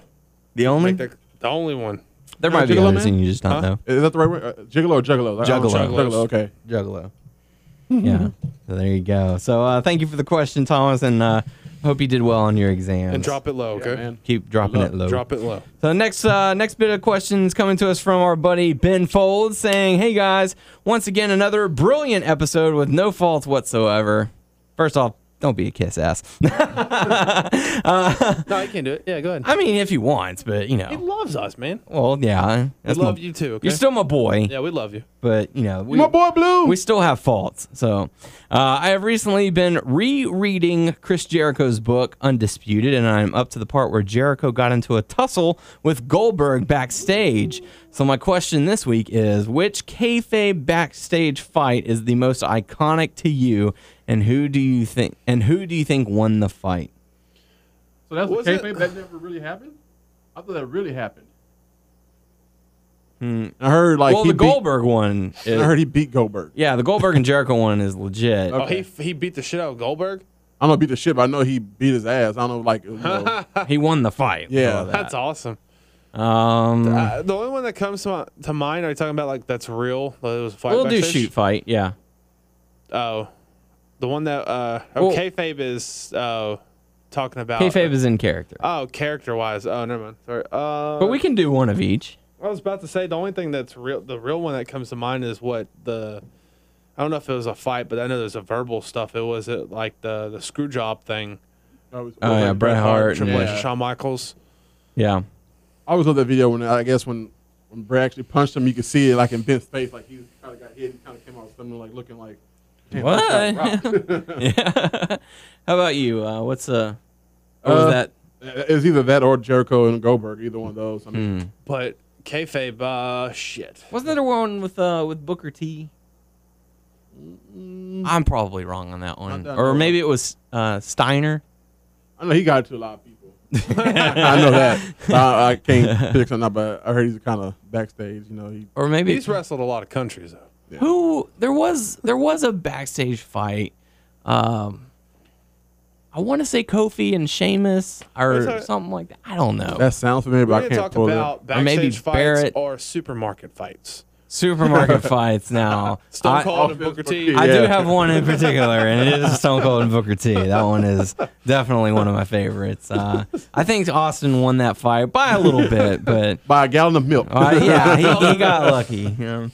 Speaker 2: The only
Speaker 3: Like the, the only one.
Speaker 2: there might be
Speaker 4: Juggalo
Speaker 2: others
Speaker 4: Man?
Speaker 2: and you just not
Speaker 3: Huh?
Speaker 2: know.
Speaker 4: *laughs* Is that the right word? Uh, Gigolo or Juggalo? I don't know.
Speaker 2: Juggalo.
Speaker 4: Juggalo. Okay.
Speaker 2: Juggalo. *laughs* yeah. So there you go. So uh, thank you for the question, Thomas, and uh, hope you did well on your exams.
Speaker 3: And drop it low, okay?
Speaker 4: man.
Speaker 2: Keep dropping
Speaker 4: Look,
Speaker 2: it low.
Speaker 3: Drop it low.
Speaker 2: So next uh, next bit of questions coming to us from our buddy Ben Folds saying, "Hey guys, once again another brilliant episode with no faults whatsoever." First off, don't be a kiss ass. *laughs*
Speaker 3: No, I can do it. Yeah, go ahead.
Speaker 2: I mean, if he wants, but
Speaker 3: He
Speaker 2: you know,
Speaker 3: loves us, man.
Speaker 2: well, yeah,
Speaker 3: We
Speaker 2: that's my-
Speaker 3: love you too, okay?
Speaker 2: You're still my boy.
Speaker 3: yeah, we love you.
Speaker 2: but you know we,
Speaker 4: My boy Blue.
Speaker 2: we still have faults so uh, i have recently been rereading chris jericho's book undisputed and i'm up to the part where jericho got into a tussle with goldberg backstage so my question this week is which kayfabe backstage fight is the most iconic to you and who do you think and who do you think won the fight
Speaker 4: So that's
Speaker 3: Was
Speaker 4: was a
Speaker 3: it-
Speaker 4: kayfabe that never really happened. I thought that really happened. Hmm, I heard like
Speaker 2: well
Speaker 4: he
Speaker 2: the
Speaker 4: beat,
Speaker 2: goldberg one is,
Speaker 4: *laughs* I heard he beat Goldberg.
Speaker 2: yeah the goldberg and jericho one is legit
Speaker 3: Oh, he, he beat the shit out of Goldberg?
Speaker 4: I don't know beat the shit, but I know he beat his ass. I don't know like you *laughs* know,
Speaker 2: he won the fight
Speaker 4: Yeah.
Speaker 2: So that-
Speaker 3: That's awesome.
Speaker 2: um
Speaker 3: Uh, the only one that comes to, my, to mind, are you talking about like that's real? Like, it was a fight
Speaker 2: we'll do
Speaker 3: backstage?
Speaker 2: shoot fight yeah
Speaker 3: Oh, the one that uh,
Speaker 2: Well-
Speaker 3: okay, Fabe is uh, talking about.
Speaker 2: Kayfabe is in character,
Speaker 3: Oh, character wise. Oh, never mind. Sorry. Uh,
Speaker 2: but we can do one of each.
Speaker 3: I was about to say the only thing that's real, the real one that comes to mind is what the. I don't know if it was a fight, but I know there's a verbal stuff. It was it like the the screw job thing.
Speaker 2: Oh yeah, Bret Hart.
Speaker 3: Triple
Speaker 2: and-
Speaker 3: H, Shawn Michaels.
Speaker 2: yeah.
Speaker 4: I always love that video when I guess when, when Brad actually punched him, you could see it like in Ben's face, like he kind of got hit and kind of came out something like looking like. "Damn,
Speaker 2: *laughs* What?
Speaker 4: that's got rocked."
Speaker 2: yeah. How about you? Uh, what's uh, what was
Speaker 4: Uh,
Speaker 2: that?
Speaker 4: it was either that or Jericho and Goldberg, either one of those. I mean,
Speaker 3: But kayfabe, uh, shit.
Speaker 2: Wasn't there one with uh with Booker T? Mm. I'm probably wrong on that one,
Speaker 4: that
Speaker 2: or
Speaker 4: one.
Speaker 2: maybe it was uh, Steiner.
Speaker 4: I know he got it to a lot of people. *laughs* I know that. But I, I *laughs* can't fix on that, but I heard he's kind of backstage. You know, he
Speaker 2: or maybe
Speaker 3: He's wrestled a lot of countries though.
Speaker 2: who there was there was a backstage fight. Um, I want to say Kofi and Sheamus or
Speaker 3: That's a-
Speaker 2: something like that. I don't know.
Speaker 4: that sounds familiar,
Speaker 3: We're
Speaker 4: but I
Speaker 3: gonna
Speaker 4: can't
Speaker 3: talk
Speaker 4: pull it.
Speaker 3: about
Speaker 4: up.
Speaker 2: Or
Speaker 3: backstage
Speaker 2: maybe
Speaker 3: fights
Speaker 2: Barrett.
Speaker 3: or supermarket fights.
Speaker 2: *laughs* Supermarket fights now.
Speaker 3: Stone
Speaker 2: I-
Speaker 3: Cold and
Speaker 4: Office
Speaker 3: Booker T.
Speaker 4: Booker
Speaker 2: I
Speaker 4: T.
Speaker 2: do
Speaker 4: Yeah.
Speaker 2: have one in particular, and it is Stone Cold and Booker T. That one is definitely one of my favorites. Uh, I think Austin won that fight by a little bit, but
Speaker 4: By a gallon of milk.
Speaker 2: uh, yeah, he, he got lucky. You know?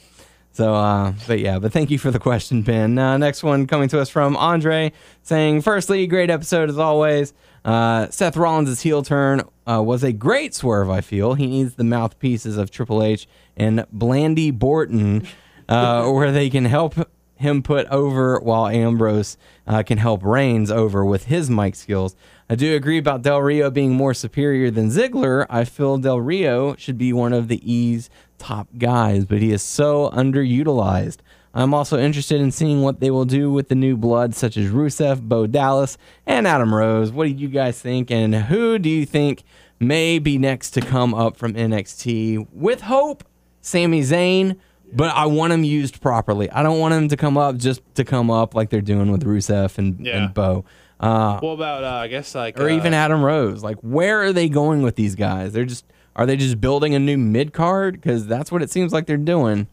Speaker 2: So, uh, but yeah, but thank you for the question, Ben. Uh, next one coming to us from Andre saying, firstly, great episode as always. Uh, Seth Rollins' heel turn uh, was a great swerve, I feel. He needs the mouthpieces of Triple H and Blandy Borton, uh, where they can help him put over while Ambrose uh, can help Reigns over with his mic skills. I do agree about Del Rio being more superior than Ziggler. I feel Del Rio should be one of the E's top guys, but he is so underutilized. I'm also interested in seeing what they will do with the new blood, such as Rusev, Bo Dallas, and Adam Rose. What do you guys think? And who do you think may be next to come up from NXT with hope? Sami Zayn, but I want him used properly. I don't want him to come up just to come up like they're doing with Rusev and,
Speaker 3: Yeah.
Speaker 2: and Bo. Uh,
Speaker 3: What about uh, I guess like
Speaker 2: or
Speaker 3: uh,
Speaker 2: even Adam Rose. Like, where are they going with these guys? They're just are they just building a new mid card? Because that's what it seems like they're doing.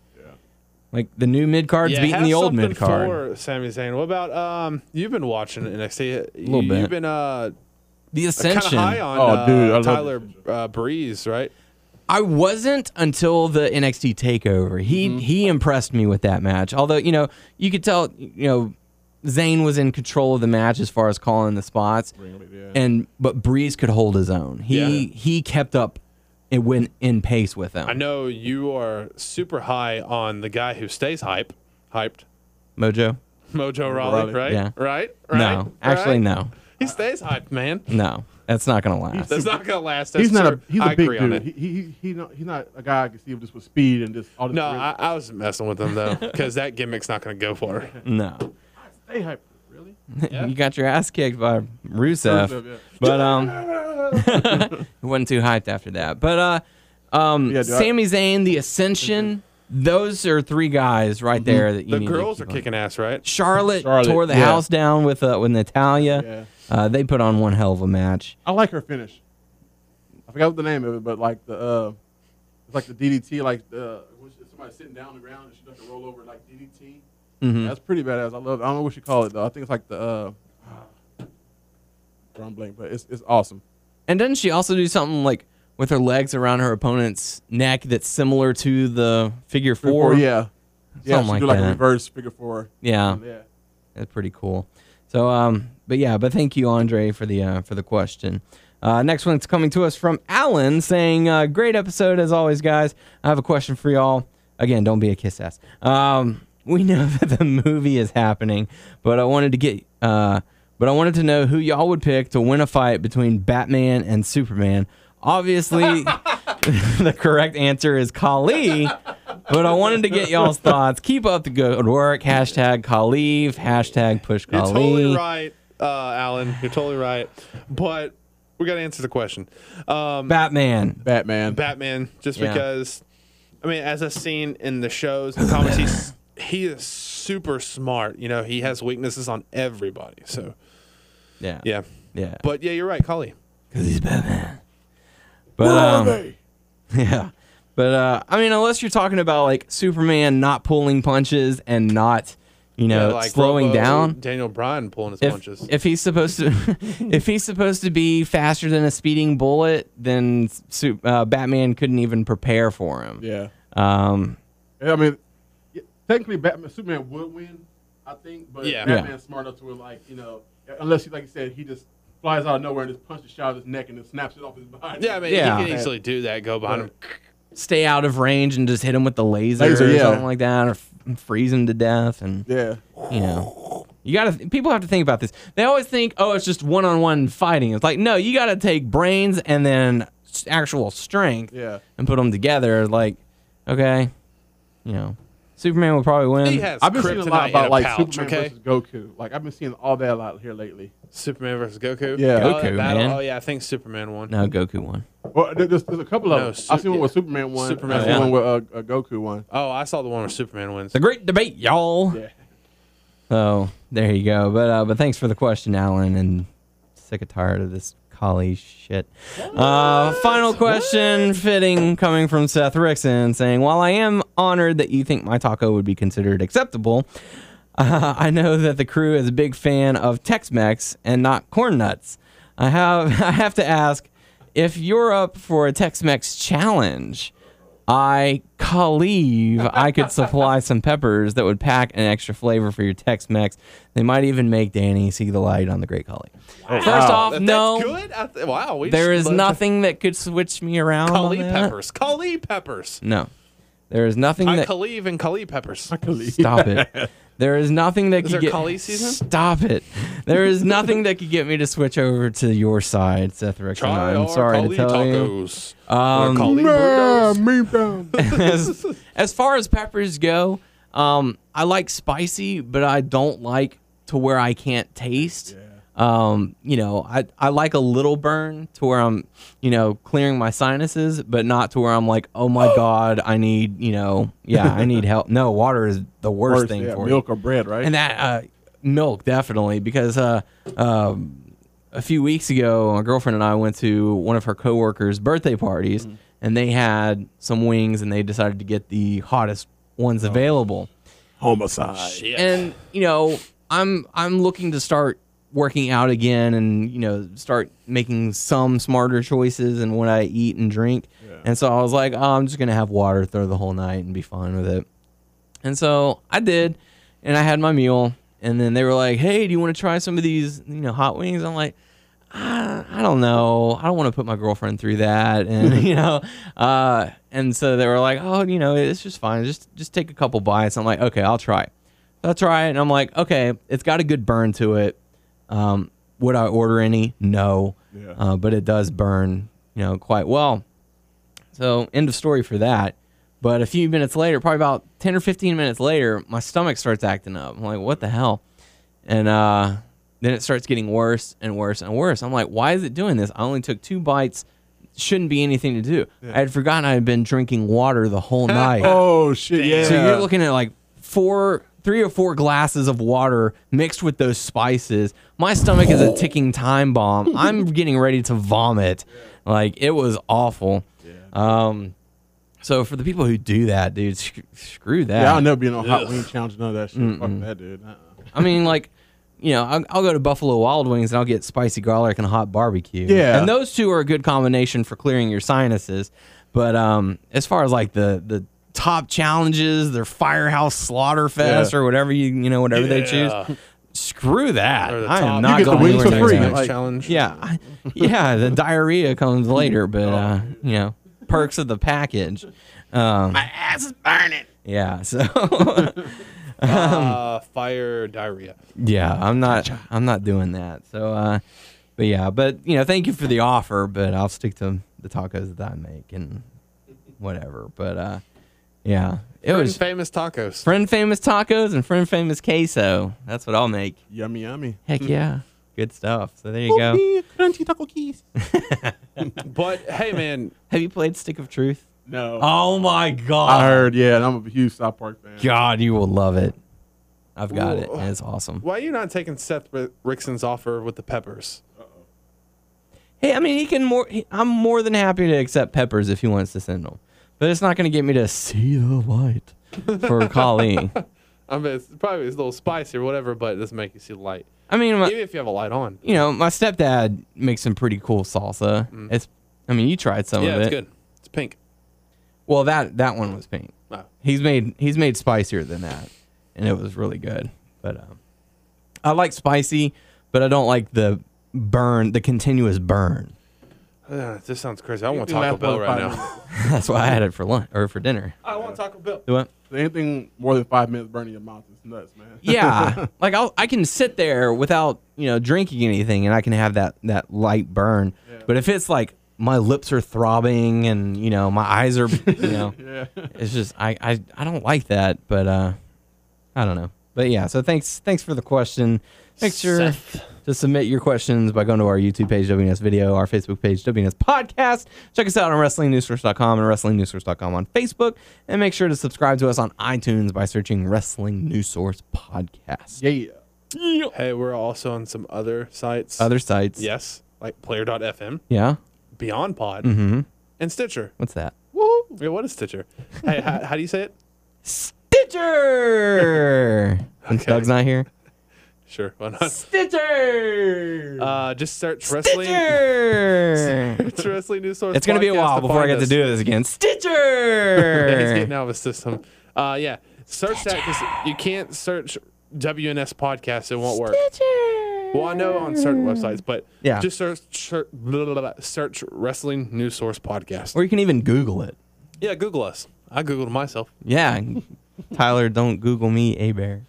Speaker 2: Like the new mid card's
Speaker 3: yeah,
Speaker 2: beating
Speaker 3: have
Speaker 2: the old
Speaker 3: something
Speaker 2: mid card.
Speaker 3: For Sami Zayn. What about um? You've been watching NXT. A
Speaker 2: Little bit.
Speaker 3: You've been uh
Speaker 2: The
Speaker 3: kind of
Speaker 2: Ascension.
Speaker 3: high on
Speaker 4: Oh,
Speaker 3: uh,
Speaker 4: dude, I love
Speaker 3: Tyler uh, Breeze, right?
Speaker 2: I wasn't until the NXT takeover. He
Speaker 3: Mm-hmm.
Speaker 2: he impressed me with that match. Although, you know, you could tell, you know, Zayn was in control of the match as far as calling the spots. And but Breeze could hold his own. He
Speaker 3: Yeah.
Speaker 2: he kept up and went in pace with him.
Speaker 3: I know you are super high on the guy who stays hype, hyped.
Speaker 2: Mojo?
Speaker 3: Mojo Rawley,
Speaker 4: Rawley,
Speaker 3: right?
Speaker 2: yeah.
Speaker 3: Right? Right?
Speaker 2: No. Actually
Speaker 3: Right?
Speaker 2: no.
Speaker 3: He stays hyped, man.
Speaker 2: No. That's not gonna last.
Speaker 3: That's not gonna last. That's
Speaker 4: *laughs* He's not
Speaker 3: true.
Speaker 4: a he's
Speaker 3: I
Speaker 4: a big
Speaker 3: agree on
Speaker 4: dude.
Speaker 3: it.
Speaker 4: He, he, he, he not, he's not a guy I can see him just with speed and just all this.
Speaker 3: No,
Speaker 4: charisma.
Speaker 3: I, I was messing with him
Speaker 4: *laughs*
Speaker 3: though, because that gimmick's not gonna go for. her. *laughs*
Speaker 2: No.
Speaker 4: Stay hyper, really?
Speaker 2: *laughs* You got your ass kicked by Rusev.
Speaker 4: Rusev, yeah.
Speaker 2: But um
Speaker 3: *laughs*
Speaker 2: *laughs* it wasn't too hyped after that. But uh um
Speaker 4: Yeah, do I-
Speaker 2: Sami Zayn, the Ascension, those are three guys right there that you
Speaker 3: The
Speaker 2: need to
Speaker 3: girls are
Speaker 2: keep on.
Speaker 3: kicking ass, right?
Speaker 2: Charlotte,
Speaker 4: Charlotte,
Speaker 2: tore the
Speaker 4: yeah.
Speaker 2: house down with uh, with Natalia. Uh, they put on one hell of a match.
Speaker 4: I like her finish. I forgot what the name of it, but like the uh, it's like the DDT, like the when she- somebody sitting down on the ground and she does a roll over like DDT.
Speaker 2: Mm-hmm.
Speaker 4: That's pretty badass. I love. It. I don't know what you call it though. I think it's like the uh, *sighs* drum blank, but it's it's awesome.
Speaker 2: And doesn't she also do something like with her legs around her opponent's neck that's similar to the figure
Speaker 4: Three,
Speaker 2: four?
Speaker 4: yeah, yeah.
Speaker 2: Something
Speaker 4: She
Speaker 2: like
Speaker 4: do like
Speaker 2: that.
Speaker 4: a reverse figure four.
Speaker 2: Yeah.
Speaker 4: yeah.
Speaker 2: That's pretty cool. So, um, but yeah, but thank you, Andre, for the uh, for the question. Uh, next one's coming to us from Alan, saying, uh, "Great episode as always, guys. I have a question for y'all. Again, don't be a kiss ass. Um, we know *laughs* that the movie is happening, but I wanted to get, uh, but I wanted to know who y'all would pick to win a fight between Batman and Superman. Obviously, *laughs* the correct answer is Kali." but I wanted to get y'all's thoughts. Keep up the good work. Hashtag Khalif. Hashtag push
Speaker 3: You're
Speaker 2: Khalif.
Speaker 3: totally right, uh, Alan. You're totally right, but we gotta answer the question. Um,
Speaker 2: Batman.
Speaker 4: Batman.
Speaker 3: Batman, just
Speaker 2: Yeah.
Speaker 3: because. I mean, as I've seen in the shows and comics,
Speaker 2: *laughs*
Speaker 3: he's he is super smart. You know, he has weaknesses on everybody. So
Speaker 2: Yeah.
Speaker 3: yeah,
Speaker 2: Yeah.
Speaker 3: but yeah, you're right, Collie.
Speaker 2: Because he's Batman. But, um, *laughs* yeah. But, uh, I mean, unless you're talking about like Superman not pulling punches and not you know,
Speaker 3: Yeah, like
Speaker 2: slowing
Speaker 3: Robo
Speaker 2: down.
Speaker 3: Daniel Bryan pulling his
Speaker 2: If,
Speaker 3: punches.
Speaker 2: if he's supposed to, *laughs* if he's supposed to be faster than a speeding bullet, then Su- uh, Batman couldn't even prepare for him.
Speaker 4: Yeah.
Speaker 2: Um,
Speaker 4: Yeah, I mean, yeah, technically, Batman, Superman would win, I think, but
Speaker 3: Yeah.
Speaker 4: Batman's smart enough to where, like, you know, unless, he, like you said, he just flies out of nowhere and just punches the shot of his neck and then snaps it off his body.
Speaker 3: yeah, I mean,
Speaker 2: Yeah.
Speaker 3: he can easily do that. Go behind him.
Speaker 2: stay out of range and just hit him with the laser,
Speaker 4: Laser,
Speaker 2: or
Speaker 4: yeah.
Speaker 2: something like that, or f- freeze him to death, and
Speaker 4: Yeah.
Speaker 2: you know. You gotta. People have to think about this. They always think, oh, it's just one-on-one fighting. It's like, no, you gotta take brains and then s- actual strength,
Speaker 4: Yeah.
Speaker 2: and put them together. Like, okay, you know, Superman will probably win.
Speaker 3: He has
Speaker 4: I've been
Speaker 3: kryptonite
Speaker 4: seeing a lot about,
Speaker 3: in a
Speaker 4: like,
Speaker 3: pouch,
Speaker 4: Superman
Speaker 3: okay?
Speaker 4: versus Goku. Like, I've been seeing all that a lot here lately.
Speaker 3: Superman versus Goku.
Speaker 4: Yeah.
Speaker 3: Oh, that
Speaker 2: Goku,
Speaker 3: battle.
Speaker 2: man.
Speaker 3: Oh yeah, I think Superman won.
Speaker 2: No, Goku won.
Speaker 4: Well, there- there's, there's a couple of
Speaker 3: No,
Speaker 4: them.
Speaker 3: Su-
Speaker 4: I've seen one
Speaker 3: yeah.
Speaker 4: where Superman won.
Speaker 3: Superman
Speaker 4: I've seen
Speaker 3: won.
Speaker 4: one where uh, uh, Goku won.
Speaker 3: Oh, I saw the one where Superman wins.
Speaker 2: The great debate, y'all.
Speaker 4: Yeah.
Speaker 2: So there you go. But uh, but thanks for the question, Alan. And sick and tired of this collie shit. Uh, final question, fitting, coming from Seth Rickson, saying, "While I am honored that you think my taco would be considered acceptable." Uh, I know that the crew is a big fan of Tex-Mex and not corn nuts. I have *laughs* I have to ask if you're up for a Tex-Mex challenge. I believe I could supply some peppers that would pack an extra flavor for your Tex-Mex. They might even make Danny see the light on the Great Collie. First off,
Speaker 3: If
Speaker 2: no,
Speaker 3: That's good. I th- wow. We
Speaker 2: there
Speaker 3: just
Speaker 2: is
Speaker 3: love-
Speaker 2: nothing that could switch me around. on
Speaker 3: Kali
Speaker 2: that.
Speaker 3: peppers. Kali peppers.
Speaker 2: No, there is nothing
Speaker 3: I
Speaker 2: that
Speaker 3: Kali and Kali peppers. *laughs*
Speaker 2: Stop it. There is nothing that
Speaker 3: Is
Speaker 2: could
Speaker 3: there
Speaker 2: get
Speaker 3: Kali season?
Speaker 2: Stop it. There is nothing that could get me to switch over to your side, Seth Rickson.
Speaker 3: Try
Speaker 2: I'm
Speaker 3: our
Speaker 2: sorry
Speaker 3: Kali
Speaker 2: to tell you.
Speaker 3: tacos.
Speaker 2: Um,
Speaker 3: or Kali
Speaker 4: Yeah,
Speaker 3: burritos.
Speaker 4: meme *laughs*
Speaker 2: *laughs*
Speaker 4: down.
Speaker 2: as, as far as peppers go, um, I like spicy, but I don't like to where I can't taste. Um, you know, I, I like a little burn to where I'm, you know, clearing my sinuses, but not to where I'm like,
Speaker 3: *gasps*
Speaker 2: oh my God, I need, you know, yeah, I need help. No, water is the worst,
Speaker 4: Worst,
Speaker 2: thing
Speaker 4: yeah,
Speaker 2: for you.
Speaker 4: milk or bread, right?
Speaker 2: and that uh, milk definitely because uh, um, a few weeks ago my girlfriend and I went to one of her coworkers' birthday parties and they had some wings and they decided to get the hottest ones available
Speaker 4: Homicide.
Speaker 2: and you know i'm i'm looking to start working out again and you know start making some smarter choices in what i eat and drink and so i was like oh, i'm just gonna have water through the whole night and be fine with it and so i did and i had my meal and then they were like hey do you want to try some of these you know hot wings i'm like I, I don't know. I don't want to put my girlfriend through that, *laughs* and you know, uh, and so they were like, oh, you know, it's just fine. Just just take a couple bites. I'm like, okay, I'll try. it. So I try it, and I'm like, okay, it's got a good burn to it. Um, would I order any? No,
Speaker 4: Yeah.
Speaker 2: uh, but it does burn, you know, quite well. So end of story for that. But a few minutes later, probably about ten or fifteen minutes later, my stomach starts acting up. I'm like, what the hell? And uh, then it starts getting worse and worse and worse. I'm like, why is it doing this? I only took two bites. Shouldn't be anything to do. I had forgotten I had been drinking water the whole night.
Speaker 4: Oh shit! Yeah.
Speaker 2: So you're looking at like four, three or four glasses of water mixed with those spices. My stomach is a ticking time bomb. I'm getting ready to vomit. Like it was awful. Um, so for the people who do that, dude, sc- screw that.
Speaker 4: yeah, I'll never be on a hot wing challenge. None of that shit. Fuck that, dude. Uh-uh.
Speaker 2: I mean, like, you know, I'll, I'll go to Buffalo Wild Wings and I'll get spicy garlic and hot barbecue.
Speaker 4: Yeah.
Speaker 2: and those two are a good combination for clearing your sinuses. But um, as far as like the the top challenges, their firehouse slaughter fest
Speaker 4: Yeah.
Speaker 2: or whatever you you know whatever they choose, screw that.
Speaker 3: Or the
Speaker 2: I
Speaker 3: top-
Speaker 2: am not
Speaker 4: You get the
Speaker 2: going
Speaker 4: wings for
Speaker 2: anywhere
Speaker 4: free.
Speaker 2: near that.
Speaker 4: Like-
Speaker 3: challenge.
Speaker 2: Yeah, I- yeah. The diarrhea comes later, but uh, you know, perks of the package. Um, My ass is burning. Yeah. So. *laughs*
Speaker 3: Uh, fire diarrhea.
Speaker 2: Yeah, I'm not. I'm not doing that. So, uh, but yeah, but you know, thank you for the offer, but I'll stick to the tacos that I make and whatever. But uh, yeah, it
Speaker 3: Friend
Speaker 2: was
Speaker 3: famous tacos.
Speaker 2: friend famous tacos and friend famous queso. That's what I'll make.
Speaker 4: Yummy, yummy.
Speaker 2: Heck yeah, *laughs* good stuff. So there you go.
Speaker 4: Ooh, Crunchy taco keys.
Speaker 3: But hey, man,
Speaker 2: Have you played Stick of Truth?
Speaker 4: No.
Speaker 2: Oh my
Speaker 4: I
Speaker 2: god,
Speaker 4: heard. Yeah, and I'm a huge South Park fan.
Speaker 2: God, you will love it. I've got it.
Speaker 3: Ooh.
Speaker 2: and It's awesome.
Speaker 3: why are you not taking Seth Ri- Rickson's offer with the peppers?
Speaker 2: Hey, I mean, he can more. He, I'm more than happy to accept peppers if he *laughs* wants to send them, but it's not going to get me to see the light for Colleen.
Speaker 3: I mean, it's probably it's a little spicy or whatever, but it doesn't make you see the light.
Speaker 2: I mean, my,
Speaker 3: Even if you have a light on.
Speaker 2: you know, my stepdad makes some pretty cool salsa. It's, I mean, you tried some
Speaker 3: Mm. Yeah,
Speaker 2: of it.
Speaker 3: it's good. It's pink.
Speaker 2: Well, that that one was pink.
Speaker 3: Oh.
Speaker 2: He's made he's made spicier than that, and it was really good. But um, I like spicy, but I don't like the burn, the continuous burn. *laughs*
Speaker 3: Uh, this sounds crazy. I want
Speaker 4: can laugh
Speaker 3: Taco Bell
Speaker 4: about
Speaker 3: right
Speaker 4: five
Speaker 3: now.
Speaker 2: That's why I had it for lunch or for dinner.
Speaker 3: I want Taco Bell. *laughs*
Speaker 2: Do what?
Speaker 4: Anything more than five minutes burning your mouth is nuts, man.
Speaker 2: Yeah, like I'll, I can sit there without you know drinking anything, and I can have that that light burn. But if it's like my lips are throbbing and you know my eyes are *laughs* you know it's just I, I I don't like that but uh I don't know but yeah so thanks thanks for the question make sure to submit your questions by going to our YouTube page WNS video our Facebook page WNS podcast check us out on wrestlingnewssource.com and wrestlingnewssource.com on Facebook and make sure to subscribe to us on iTunes by searching wrestling news source podcast
Speaker 4: Yeah.
Speaker 3: Hey, we're also on some other sites.
Speaker 2: other sites
Speaker 3: Yes, like player.fm,
Speaker 2: yeah
Speaker 3: Beyond Pod,
Speaker 2: Mm-hmm.
Speaker 3: and Stitcher.
Speaker 2: what's that
Speaker 3: Woo! Yeah, what is Stitcher? hey, how, how do you say it? *laughs*
Speaker 2: Stitcher since
Speaker 3: Okay.
Speaker 2: Doug's not here
Speaker 3: Sure, why not?
Speaker 2: Stitcher
Speaker 3: Uh, just search wrestling. *laughs*
Speaker 2: Stitcher
Speaker 3: It's wrestling news source.
Speaker 2: It's gonna be a
Speaker 3: podcast
Speaker 2: while before
Speaker 3: find
Speaker 2: I get to
Speaker 3: us.
Speaker 2: do this again. *laughs*
Speaker 3: Yeah, he's
Speaker 2: Stitcher.
Speaker 3: getting out of his system. Uh, yeah, search that because you can't search WNS podcast; it won't work. Well, I know on certain websites, but
Speaker 2: Yeah.
Speaker 3: just search search, blah, blah, blah, search wrestling news source podcast.
Speaker 2: Or you can even Google it.
Speaker 3: yeah, Google us. I googled myself.
Speaker 2: Yeah, Tyler, don't Google me, a bear.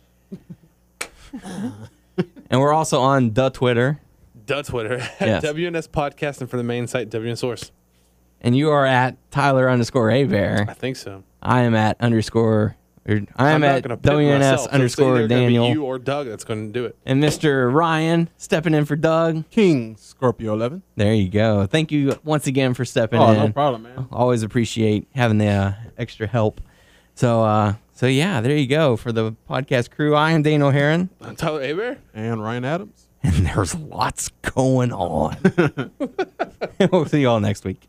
Speaker 2: and we're also on the Twitter,
Speaker 3: Duh, Twitter *laughs* at
Speaker 2: Yes.
Speaker 3: WNS podcast and for the main site WNS source.
Speaker 2: and you are at Tyler underscore a
Speaker 3: I
Speaker 2: bear.
Speaker 3: think so.
Speaker 2: I am at underscore. Or I
Speaker 3: I'm
Speaker 2: am at
Speaker 3: not gonna pick myself, so
Speaker 2: WNS
Speaker 3: it's
Speaker 2: underscore
Speaker 3: either gonna be You
Speaker 2: Daniel
Speaker 3: or Doug that's going to do it.
Speaker 2: and Mr. Ryan stepping in for Doug.
Speaker 4: King Scorpio 11.
Speaker 2: There you go. Thank you once again for stepping
Speaker 4: Oh,
Speaker 2: in.
Speaker 4: no problem, man.
Speaker 2: always appreciate having the uh, extra help. So, uh, so yeah, there you go for the podcast crew. I am Dane O'Haron,
Speaker 3: Uh, Tyler Aber?
Speaker 4: And Ryan Adams.
Speaker 2: and there's lots going on. *laughs* we'll see you all next week.